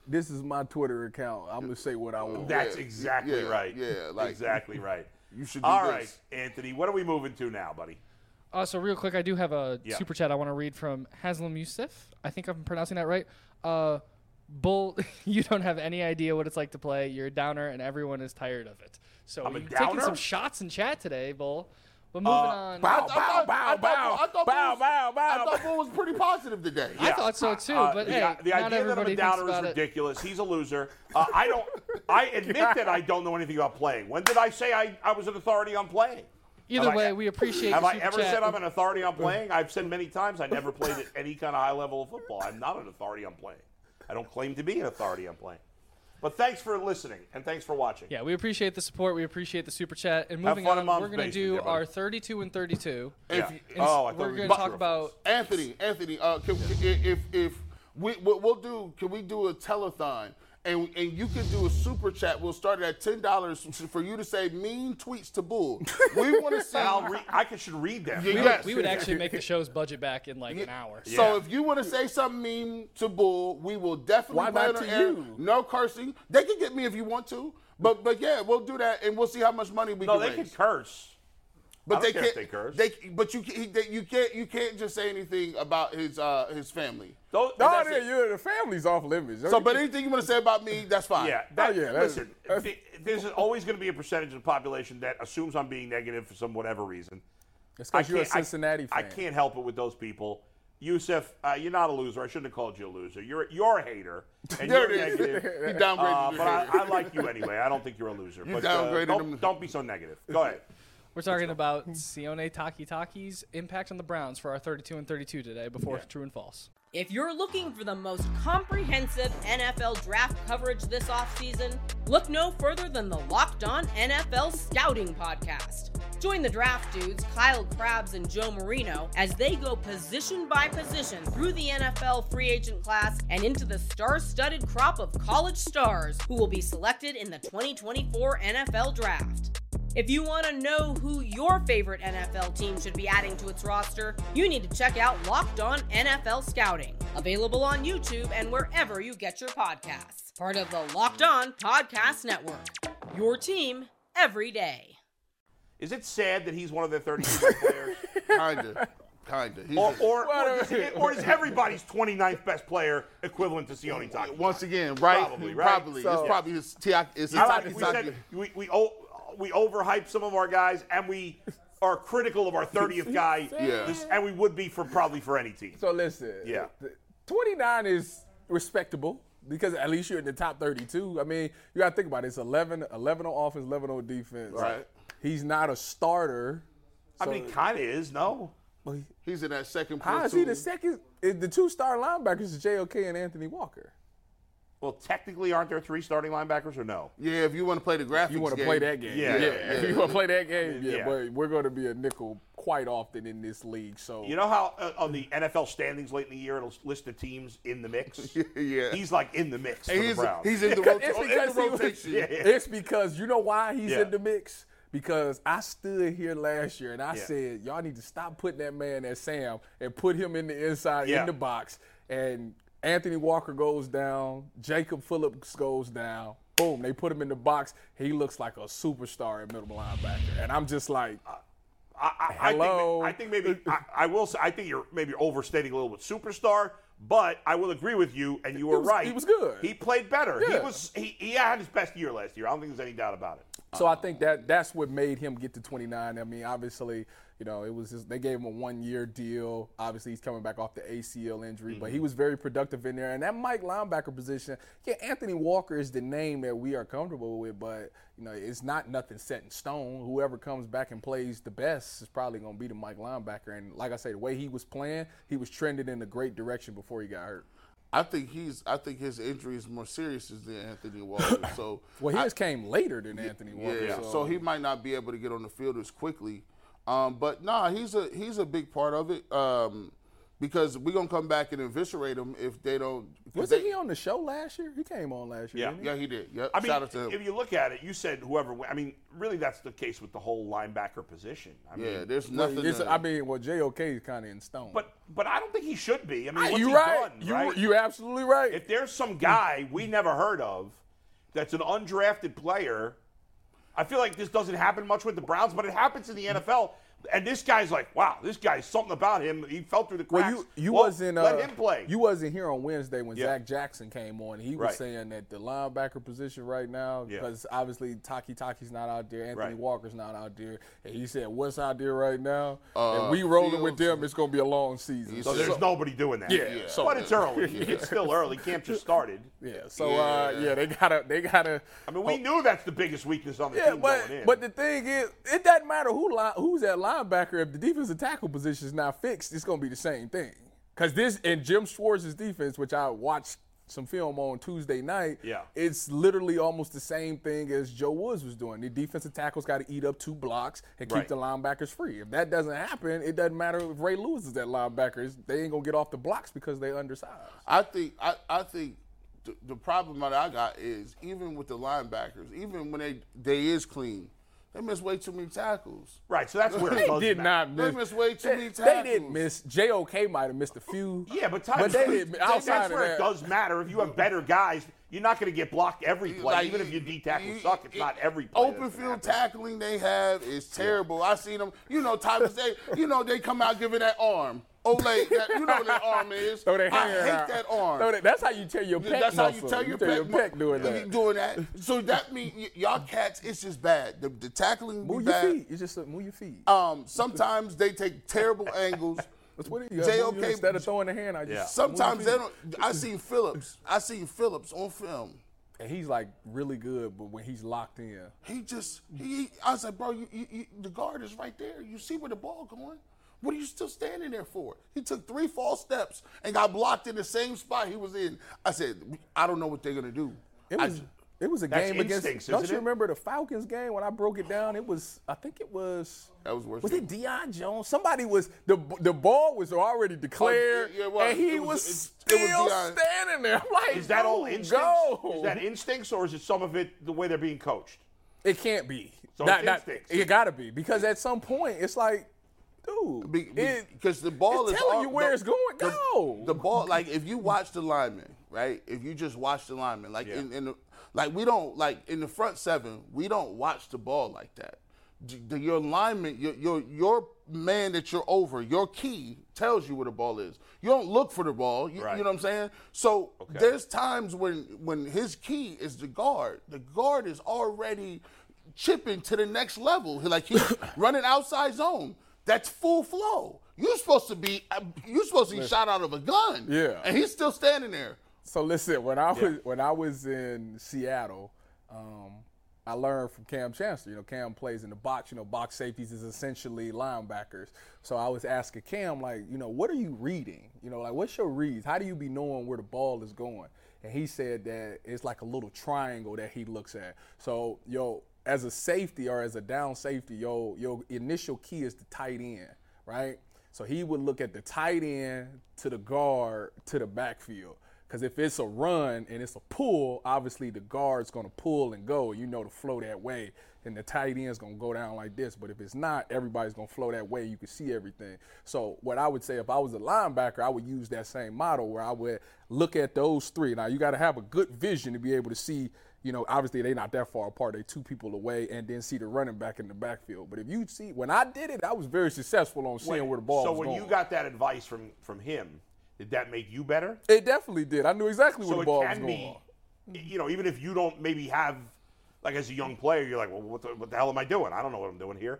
S6: This is my Twitter account. I'm gonna say what I want.
S4: That's
S5: Yeah,
S4: exactly
S5: yeah,
S4: right.
S5: yeah, like-
S4: exactly right.
S5: You should do
S4: All right,
S5: this.
S4: Anthony, what are we moving to now, buddy?
S7: Uh, so real quick, I do have a
S4: Yeah.
S7: super chat I want to read from Haslam Youssef. I think I'm pronouncing that right. Uh, Bull, you don't have any idea what it's like to play. You're a downer, and everyone is tired of it. So
S4: I'm a
S7: you're taking
S4: downer?
S7: some shots in chat today, Bull. But moving on, I,
S5: Bow, bow, bow, bow,
S4: I thought-
S5: bow, bow,
S4: I
S5: bow.
S4: thought
S5: I thought was pretty positive today.
S7: I thought so too.
S4: Uh,
S7: but
S4: the,
S7: hey,
S4: the
S7: not
S4: idea that I'm
S7: everybody
S4: a downer
S7: thinks
S4: is
S7: about it.
S4: ridiculous. He's a loser. Uh, I don't. I admit that I don't know anything about playing. When did I say I, I was an authority on playing?
S7: Either
S4: Have I- e-
S7: way, we appreciate.
S4: Have
S7: your
S4: I
S7: super
S4: ever
S7: chat.
S4: said I'm an authority on playing? I've said many times I never played at any kind of high level of football. I'm not an authority on playing. I don't claim to be an authority on playing. But thanks for listening and thanks for watching.
S7: Yeah, we appreciate the support. We appreciate the super chat. And moving
S4: fun
S7: on,
S4: in Mom's
S7: we're going to
S4: basement, yeah,
S7: do
S4: buddy.
S7: our 32 and 32.
S5: If
S4: Yeah.
S5: you-
S7: And
S4: Oh, I thought
S7: we're
S4: we
S7: going
S4: were
S7: to talk
S4: through.
S7: about
S5: Anthony, Anthony, uh, can, if if, if we what we'll do, can we do a telethon? And, and you can do a super chat. We'll start it at ten dollars for you to say mean tweets to Bull. We want to see.
S4: I'll re- I can, should read them.
S5: Yeah.
S7: we,
S5: Yes.
S7: would, we would actually make the show's budget back in like an hour.
S5: So if you want to say something mean to Bull, we will definitely
S6: Why
S5: play
S6: not
S5: it on
S6: to
S5: air.
S6: you?
S5: No cursing. They can get me if you want to. But but yeah, we'll do that, and we'll see how much money we
S4: No,
S5: can
S4: they
S5: raise.
S4: can curse. I
S5: But
S4: don't
S5: they
S4: care if
S5: can't.
S4: they curse.
S5: they- but you ca- he, they, you can't you can't just say anything about his uh, his family.
S4: Those,
S6: No,
S4: that's
S6: yeah,
S4: it.
S6: you're the family's off limits.
S5: So, but anything you want to say about me, that's fine.
S4: Yeah, that,
S6: yeah, that-
S4: listen,
S6: that's-
S4: th- there's always going to be a percentage of the population that assumes I'm being negative for some whatever reason.
S6: it's
S4: I
S6: because you're a
S4: can't- I-
S6: Cincinnati
S4: I
S6: fan.
S4: can't help it with those people. Yusuf, uh, you're not a loser. I shouldn't have called you a loser. You're you're a hater, and
S5: There
S4: you're
S5: it is.
S4: negative.
S5: He downgraded
S4: Uh,
S5: you.
S4: but I, I like you anyway. I don't think you're a loser. but uh,
S5: downgraded him.
S4: don't, don't be so negative. Go ahead.
S7: We're talking about Sione Takitaki's impact on the Browns for our 32 and 32 today before True and False.
S8: If you're looking for the most comprehensive NFL draft coverage this offseason, look no further than the Locked On NFL Scouting Podcast. Join the draft dudes, Kyle Krabs and Joe Marino, as they go position by position through the NFL free agent class and into the star studded crop of college stars who will be selected in the 2024 NFL Draft. If you want to know who your favorite NFL team should be adding to its roster, you need to check out Locked On NFL Scouting, available on YouTube and wherever you get your podcasts. Part of the Locked On Podcast Network. Your team every day.
S4: Is it sad that he's one of the 32 best players,
S5: kinda, kinda. He's
S4: or
S5: a-
S4: or, or, is, it- or is everybody's 29th best player equivalent to Sione Taki?
S5: once again, right?
S4: Probably, right?
S5: Probably.
S6: So-
S5: it's probably his Tiak. It's
S4: I like,
S5: his
S4: we said we we, o- we overhype some of our guys, and we are critical of our 30th guy.
S5: Yeah.
S4: This- and we would be for probably for any team.
S6: So listen,
S4: Yeah.
S6: th- 29 is respectable because at least you're in the top 32. I mean, you got to think about it. It's 11, 11 on offense, 11 on defense.
S5: Right.
S6: He's not a starter.
S4: I mean, it kind of is. No,
S5: He's in that second.
S6: How is he the
S5: platoon.
S6: second? eh, The two star linebackers is JOK and Anthony Walker.
S4: well, technically, aren't there three starting linebackers or no?
S5: Yeah, if you want to play the graphics,
S6: You want to
S5: game,
S6: play that game?
S4: Yeah.
S5: Yeah.
S6: If you want to play that game? Yeah.
S4: Yeah.
S6: But we're going to be a nickel quite often in this league. So
S4: You know how uh, on the NFL standings late in the year it'll list the teams in the mix.
S5: Yeah.
S4: he's like in the mix for
S5: And
S4: the
S5: he's,
S4: Browns.
S5: he's in the, rota-
S6: It's
S5: in the
S6: because, he was-
S5: rotation.
S6: it's because you know why he's
S4: Yeah.
S6: in the mix? Because I stood here last year and I
S4: Yeah.
S6: said, y'all need to stop putting that man at Sam and put him in the inside,
S4: Yeah.
S6: in the box. And Anthony Walker goes down, Jacob Phillips goes down. Boom, they put him in the box. He looks like a superstar at middle linebacker. And I'm just like,
S4: I, I, I
S6: Hello?
S4: Think, ma- I think maybe I, I will. Say, I think you're maybe overstating a little bit. Superstar, but I will agree with you, and you were
S6: was-
S4: right.
S6: he was good.
S4: He played better. He
S6: Yeah.
S4: was. He, he had his best year last year. I don't think there's any doubt about it.
S6: So I think that that's what made him get to 29. I mean, obviously, you know, it was just, they gave him a one-year deal. Obviously, he's coming back off the ACL injury, but he
S5: Mm-hmm.
S6: was very productive in there. And that Mike linebacker position, yeah, Anthony Walker is the name that we are comfortable with, but you know, it's not nothing set in stone. Whoever comes back and plays the best is probably going to be the Mike linebacker. And like I say, the way he was playing, he was trending in a great direction before he got hurt.
S5: I think he's. I think his injury is more serious than Anthony Walker. So
S6: Well,
S5: I-
S6: his came later than Anthony Walker.
S5: Yeah,
S6: so-
S5: so he might not be able to get on the field as quickly. Um, but nah, he's a he's a big part of it um, because we're gonna come back and eviscerate him if they don't. 'cause
S6: wasn't
S5: they-
S6: he on the show last year? He came on last year.
S4: Yeah.
S6: didn't he?
S5: Yeah, he did. Yep.
S4: I mean,
S5: Shout out to him.
S4: if you look at it, you said whoever. win- I mean, really, that's the case with the whole linebacker position. I mean,
S5: yeah, there's
S6: Well,
S5: nothing.
S6: it's-
S5: to-
S6: I mean, well, JOK is kind of in stone.
S4: but but I don't think he should be. I mean, what's
S6: you
S4: he
S6: right.
S4: done?
S6: You
S4: right?
S6: you absolutely right. Hmm.
S4: if there's some guy we never heard of that's an undrafted player I feel like this doesn't happen much with the Browns, but it happens
S6: Hmm.
S4: in the NFL. And this guy's like, wow, this guy's something about him. He fell through the
S6: Well,
S4: cracks.
S6: you you wasn't uh,
S4: let him play.
S6: You wasn't here on Wednesday when
S4: Yeah.
S6: Zach Jackson came on. He was
S4: Right.
S6: saying that the linebacker position right now,
S4: Yeah.
S6: because obviously Taki Taki's not out there, Anthony
S4: Right.
S6: Walker's not out there, and he said, "What's out there right now?
S5: Uh,
S6: and we rolling with
S5: Fields.
S6: them. It's going to be a long season."
S5: He's
S4: so
S6: So,
S4: there's nobody doing that.
S6: Yeah, Yeah. so-
S4: but it's early. It's still early. Camp just started.
S6: yeah, so uh, yeah, they gotta they gotta.
S4: I mean, we knew that's the biggest weakness on the
S6: Oh. Yeah,
S4: team
S6: but
S4: going in.
S6: but the thing is, it doesn't matter who li- who's at linebacker. If the defensive tackle position is not fixed, it's going to be the same thing. Because this and Jim Schwartz's defense, which I watched some film on Tuesday night,
S4: Yeah.
S6: it's literally almost the same thing as Joe Woods was doing. The defensive tackles got to eat up two blocks and keep
S4: Right.
S6: the linebackers free. If that doesn't happen, it doesn't matter if Ray Lewis is that linebacker. It's- They ain't gonna get off the blocks because they undersized.
S5: I think I, I think the, the problem that I got is even with the linebackers, even when they they is clean, they miss way too many tackles.
S4: right, so that's where it
S6: They
S4: doesn't
S6: did
S4: matter.
S6: not
S5: They
S6: miss.
S5: missed way
S6: they,
S5: too many
S6: they didn't
S5: tackles.
S6: miss. JOK might have missed a few.
S4: Yeah, but, time
S6: they didn't. Outside
S4: that's
S6: of
S4: where
S6: that,
S4: it does matter. If you have better guys, you're not going to get blocked every play.
S5: Like,
S4: Even if your D tackles
S5: you-
S4: suck, it's
S5: it-
S4: not every play.
S5: Open
S4: that's gonna
S5: field
S4: happen.
S5: tackling they have is terrible. I seen them. You know, Thomas. They, you know, they come out giving that arm. Ole, that, you know what that arm is.
S6: Throw that
S5: I
S6: hand
S5: hate
S6: out.
S5: that arm.
S6: Throw that- that's how you tell your pec
S5: That's how you
S6: muscle.
S5: tell your pec, mu-
S6: pec doing that.
S5: you Doing that. So that means y- y'all cats, it's just bad. The, the tackling be
S6: move your
S5: bad.
S6: feet. You just uh, move your feet.
S5: Um, sometimes they take terrible angles.
S6: That's what it is. You gotta move your- instead of throwing the hand, I just
S4: Yeah.
S6: move
S5: Sometimes they
S6: your feet.
S5: don't. I seen Phillips. I seen Phillips on film.
S6: And he's like really good, but when he's locked in,
S5: He just. He. I said, bro, you, you, you, the guard is right there. You see where the ball going. What are you still standing there for? He took three false steps and got blocked in the same spot he was in. I said, I don't know what they're gonna do.
S6: it
S5: I
S6: was.
S5: ju-
S6: it was a
S4: That's
S6: game
S4: instincts,
S6: against. Don't
S4: isn't
S6: you
S4: it?
S6: remember the Falcons game when I broke it down? It was. I think it was.
S5: That was worse
S6: Was
S5: than-
S6: it Deion Jones? Somebody was the the ball was already declared,
S5: yeah, it was.
S6: and he
S5: It
S6: was,
S5: was- it-
S6: still
S5: it was Deion.
S6: standing there. I'm like,
S4: Is that all
S6: "Dude,
S4: instincts?
S6: Go.
S4: Is that instincts, or is it some of it the way they're being coached?
S6: It can't be.
S4: So it's instincts.
S6: it gotta be because at some point it's like, dude,
S5: Be- be-
S6: it-
S5: because the ball
S6: it's
S5: is
S6: telling
S5: all-
S6: you where
S5: the-
S6: it's going.
S5: the-
S6: Go.
S5: The ball, like if you watch the lineman, right? If you just watch the lineman, like
S4: Yeah.
S5: in, in the, like we don't like in the front seven, we don't watch the ball like that. D- the- your lineman, your, your your man that you're over, your key tells you where the ball is. You don't look for the ball. You,
S4: Right.
S5: you know what I'm saying? So there's times when when his key is the guard. The guard is already chipping to the next level. He- Like he's running outside zone. That's full flow. You're supposed to be you're supposed to be shot out of a gun.
S6: Yeah.
S5: And he's still standing there.
S6: So listen, when I was when I was in Seattle, um, I learned from Cam Chancellor. You know, Cam plays in the box. You know, box safeties is essentially linebackers. So I was asking Cam, like, you know, what are you reading? You know, like, what's your reads? How do you be knowing where the ball is going? And he said that it's like a little triangle that he looks at. So yo, as a safety or as a down safety, yo, your initial key is the tight end, right? So he would look at the tight end to the guard to the backfield. Because if it's a run and it's a pull, obviously the guard's going to pull and go. You know to flow that way. And the tight end's going to go down like this. But if it's not, everybody's going to flow that way. You can see everything. So, what I would say if I was a linebacker, I would use that same model where I would look at those three. Now, you got to have a good vision to be able to see, you know, obviously they're not that far apart. They're two people away and then see the running back in the backfield. But if you see, when I did it, I was very successful on seeing where the ball
S4: so
S6: was
S4: when
S6: going.
S4: you got that advice from from him, did that make you better?
S6: It definitely did. I knew exactly where
S4: so
S6: the ball
S4: it
S6: was
S4: can
S6: going.
S4: be, you know, even if you don't maybe have, like as a young player, you're like, well, what the, what the hell am I doing? I don't know what I'm doing here.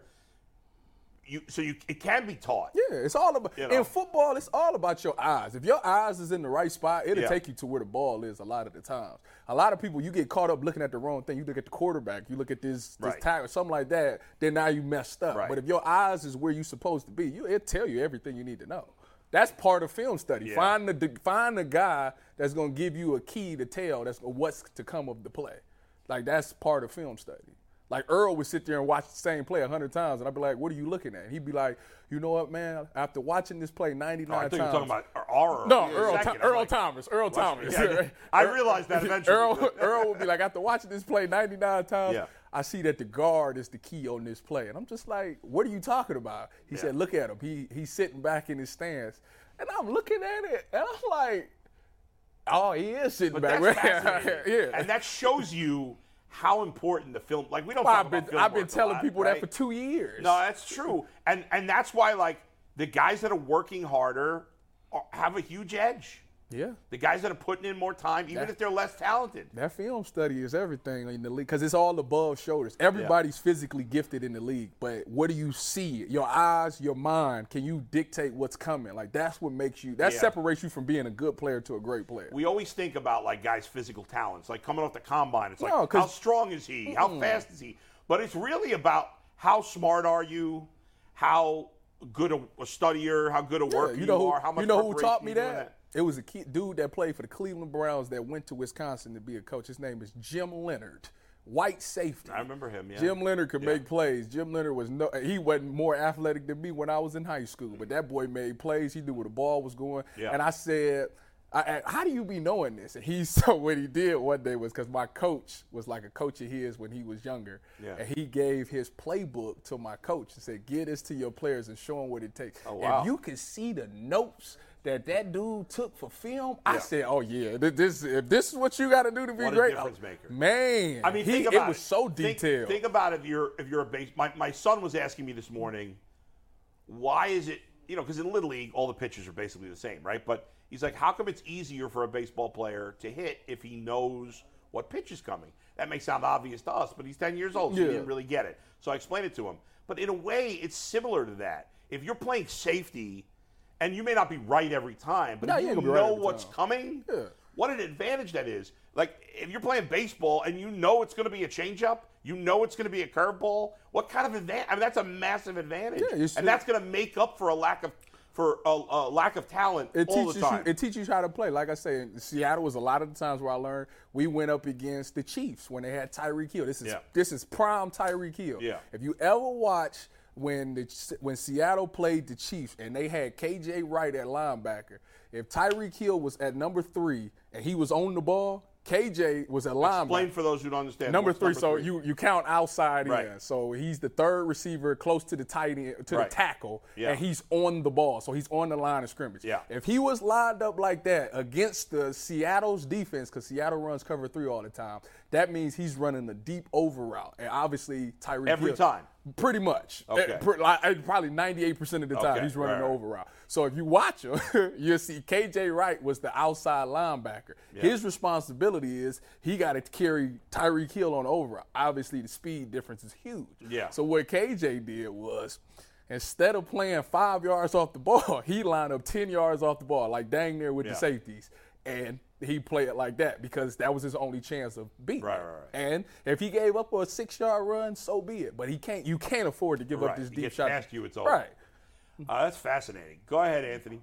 S4: You so you it can be taught.
S6: Yeah, it's all about
S4: You know.
S6: in football. It's all about your eyes. If your eyes is in the right spot, it'll
S4: Yeah.
S6: take you to where the ball is. A lot of the times, a lot of people you get caught up looking at the wrong thing. You look at the quarterback, you look at this, this
S4: Right.
S6: tackle, something like that. Then now you messed up.
S4: Right.
S6: But if your eyes is where you supposed to be, you it'll tell you everything you need to know. That's part of film study.
S4: Yeah.
S6: Find the find the guy that's gonna give you a key to tell that's what's to come of the play. Like that's part of film study. Like Earl would sit there and watch the same play a hundred times, and I'd be like, "What are you looking at?" And he'd be like, "You know what, man? After watching this play
S4: Oh, I
S6: 99
S4: thought you were
S6: times."
S4: talking about our
S6: Oh, no, Earl, Tho- Earl Thomas, Earl
S4: Watch-
S6: Thomas.
S4: Yeah, I realized that eventually.
S6: Earl, Earl would be like, after watching this play 99 times,
S4: Yeah.
S6: I see that the guard is the key on this play, and I'm just like, what are you talking about? He said, look at him. He he's sitting back in his stance, and I'm looking at it, and I'm like, oh, he is sitting
S4: But
S6: back.
S4: that's fascinating.
S6: yeah,
S4: And that shows you how important the film. Like we don't.
S6: Well,
S4: talk
S6: I've been,
S4: about film
S6: I've been
S4: work a
S6: telling
S4: lot,
S6: people
S4: right?
S6: that for two years.
S4: No, that's true, and and that's why like the guys that are working harder are, have a huge edge.
S6: yeah.
S4: The guys that are putting in more time, even
S6: That-
S4: if they're less talented.
S6: That film study is everything in the league because it's all above shoulders. Everybody's physically gifted in the league, but what do you see? Your eyes, your mind. Can you dictate what's coming? Like that's what makes you. That
S4: Yeah.
S6: separates you from being a good player to a great player.
S4: We always think about like guys' physical talents, like coming off the combine. It's like
S6: No, 'cause-
S4: how strong is he? How fast is he? But it's really about how smart are you? How good a, a studier? How good a
S6: Yeah,
S4: worker you,
S6: know who,
S4: are? How much
S6: you know who
S4: preparation
S6: taught me
S4: you do in
S6: that? It was a kid, dude that played for the Cleveland Browns that went to Wisconsin to be a coach. His name is Jim Leonard, white safety.
S4: I remember him, yeah.
S6: Jim Leonard could make plays. Jim Leonard was no, he wasn't more athletic than me when I was in high school, but that boy made plays. He knew where the ball was going.
S4: Yeah.
S6: And I said, I, I- "How do you be knowing this?" And he so what he did one day was because my coach was like a coach of his when he was younger,
S4: Yeah.
S6: and he gave his playbook to my coach and said, "Give this to your players and show them what it takes." Oh,
S4: wow.
S6: If you could see the notes that that dude took for film, I said, "Oh yeah, th- this if this is what you got to do to be
S4: What a
S6: great,
S4: difference maker.
S6: man."
S4: I mean,
S6: he-
S4: think
S6: it
S4: about it.
S6: was so
S4: Think-
S6: detailed.
S4: Think, about if you're if you're a base. My, my son was asking me this morning, why is it you know because in little league all the pitches are basically the same, right? But he's like, how come it's easier for a baseball player to hit if he knows what pitch is coming? That may sound obvious to us, but he's 10 years old, so he
S6: Yeah.
S4: didn't really get it. So I explained it to him. But in a way, it's similar to that. If you're playing safety, and you may not be right every time, but
S6: No,
S4: if
S6: you
S4: you
S6: ain't gonna be right
S4: know
S6: every
S4: what's
S6: time.
S4: coming,
S6: Yeah.
S4: what an advantage that is. Like if you're playing baseball and you know it's going to be a changeup, you know it's going to be a curveball. What kind of advantage? I mean, that's a massive advantage,
S6: Yeah, it's-
S4: and that's going to make up for a lack of for a, a lack of talent
S6: It
S4: all
S6: teaches
S4: the time.
S6: you. It teaches you how to play. Like I say, in Seattle was a lot of the times where I learned we went up against the Chiefs when they had Tyreek Hill. This is
S4: Yeah.
S6: this is prime Tyreek Hill.
S4: Yeah.
S6: If you ever watch when the when Seattle played the Chiefs and they had KJ Wright at linebacker, if Tyreek Hill was at number three and he was on the ball, KJ was at linebacker.
S4: Explain for those who don't understand.
S6: Number
S4: what's
S6: three, so you you count outside
S4: Right.
S6: in. So he's the third receiver close to the tight end to
S4: Right.
S6: the tackle,
S4: Yeah.
S6: and he's on the ball. So he's on the line of scrimmage.
S4: Yeah.
S6: If he was lined up like that against the Seattle's defense, because Seattle runs cover three all the time, that means he's running a deep over route, and obviously Tyreek
S4: Every
S6: Hill-
S4: time?
S6: pretty much,
S4: Okay.
S6: Eh, pr- like, eh, probably ninety eight percent of the time
S4: Okay,
S6: he's running
S4: right,
S6: the
S4: right.
S6: over route. So if you watch him, you'll see KJ Wright was the outside linebacker. His responsibility is he got to carry Tyreek Hill on over. Obviously, the speed difference is huge.
S4: Yeah.
S6: So what KJ did was. Instead of playing five yards off the ball, he lined up 10 yards off the ball, like dang near with
S4: Yeah.
S6: the safeties. And he played it like that because that was his only chance of beating.
S4: Right,
S6: him.
S4: right, right.
S6: And if he gave up a six yard run, so be it. But he can't. You can't afford to give
S4: Right.
S6: up this
S4: He
S6: deep
S4: gets
S6: shot.
S4: past you, it's over.
S6: right.
S4: Uh, that's fascinating. Go ahead, Anthony.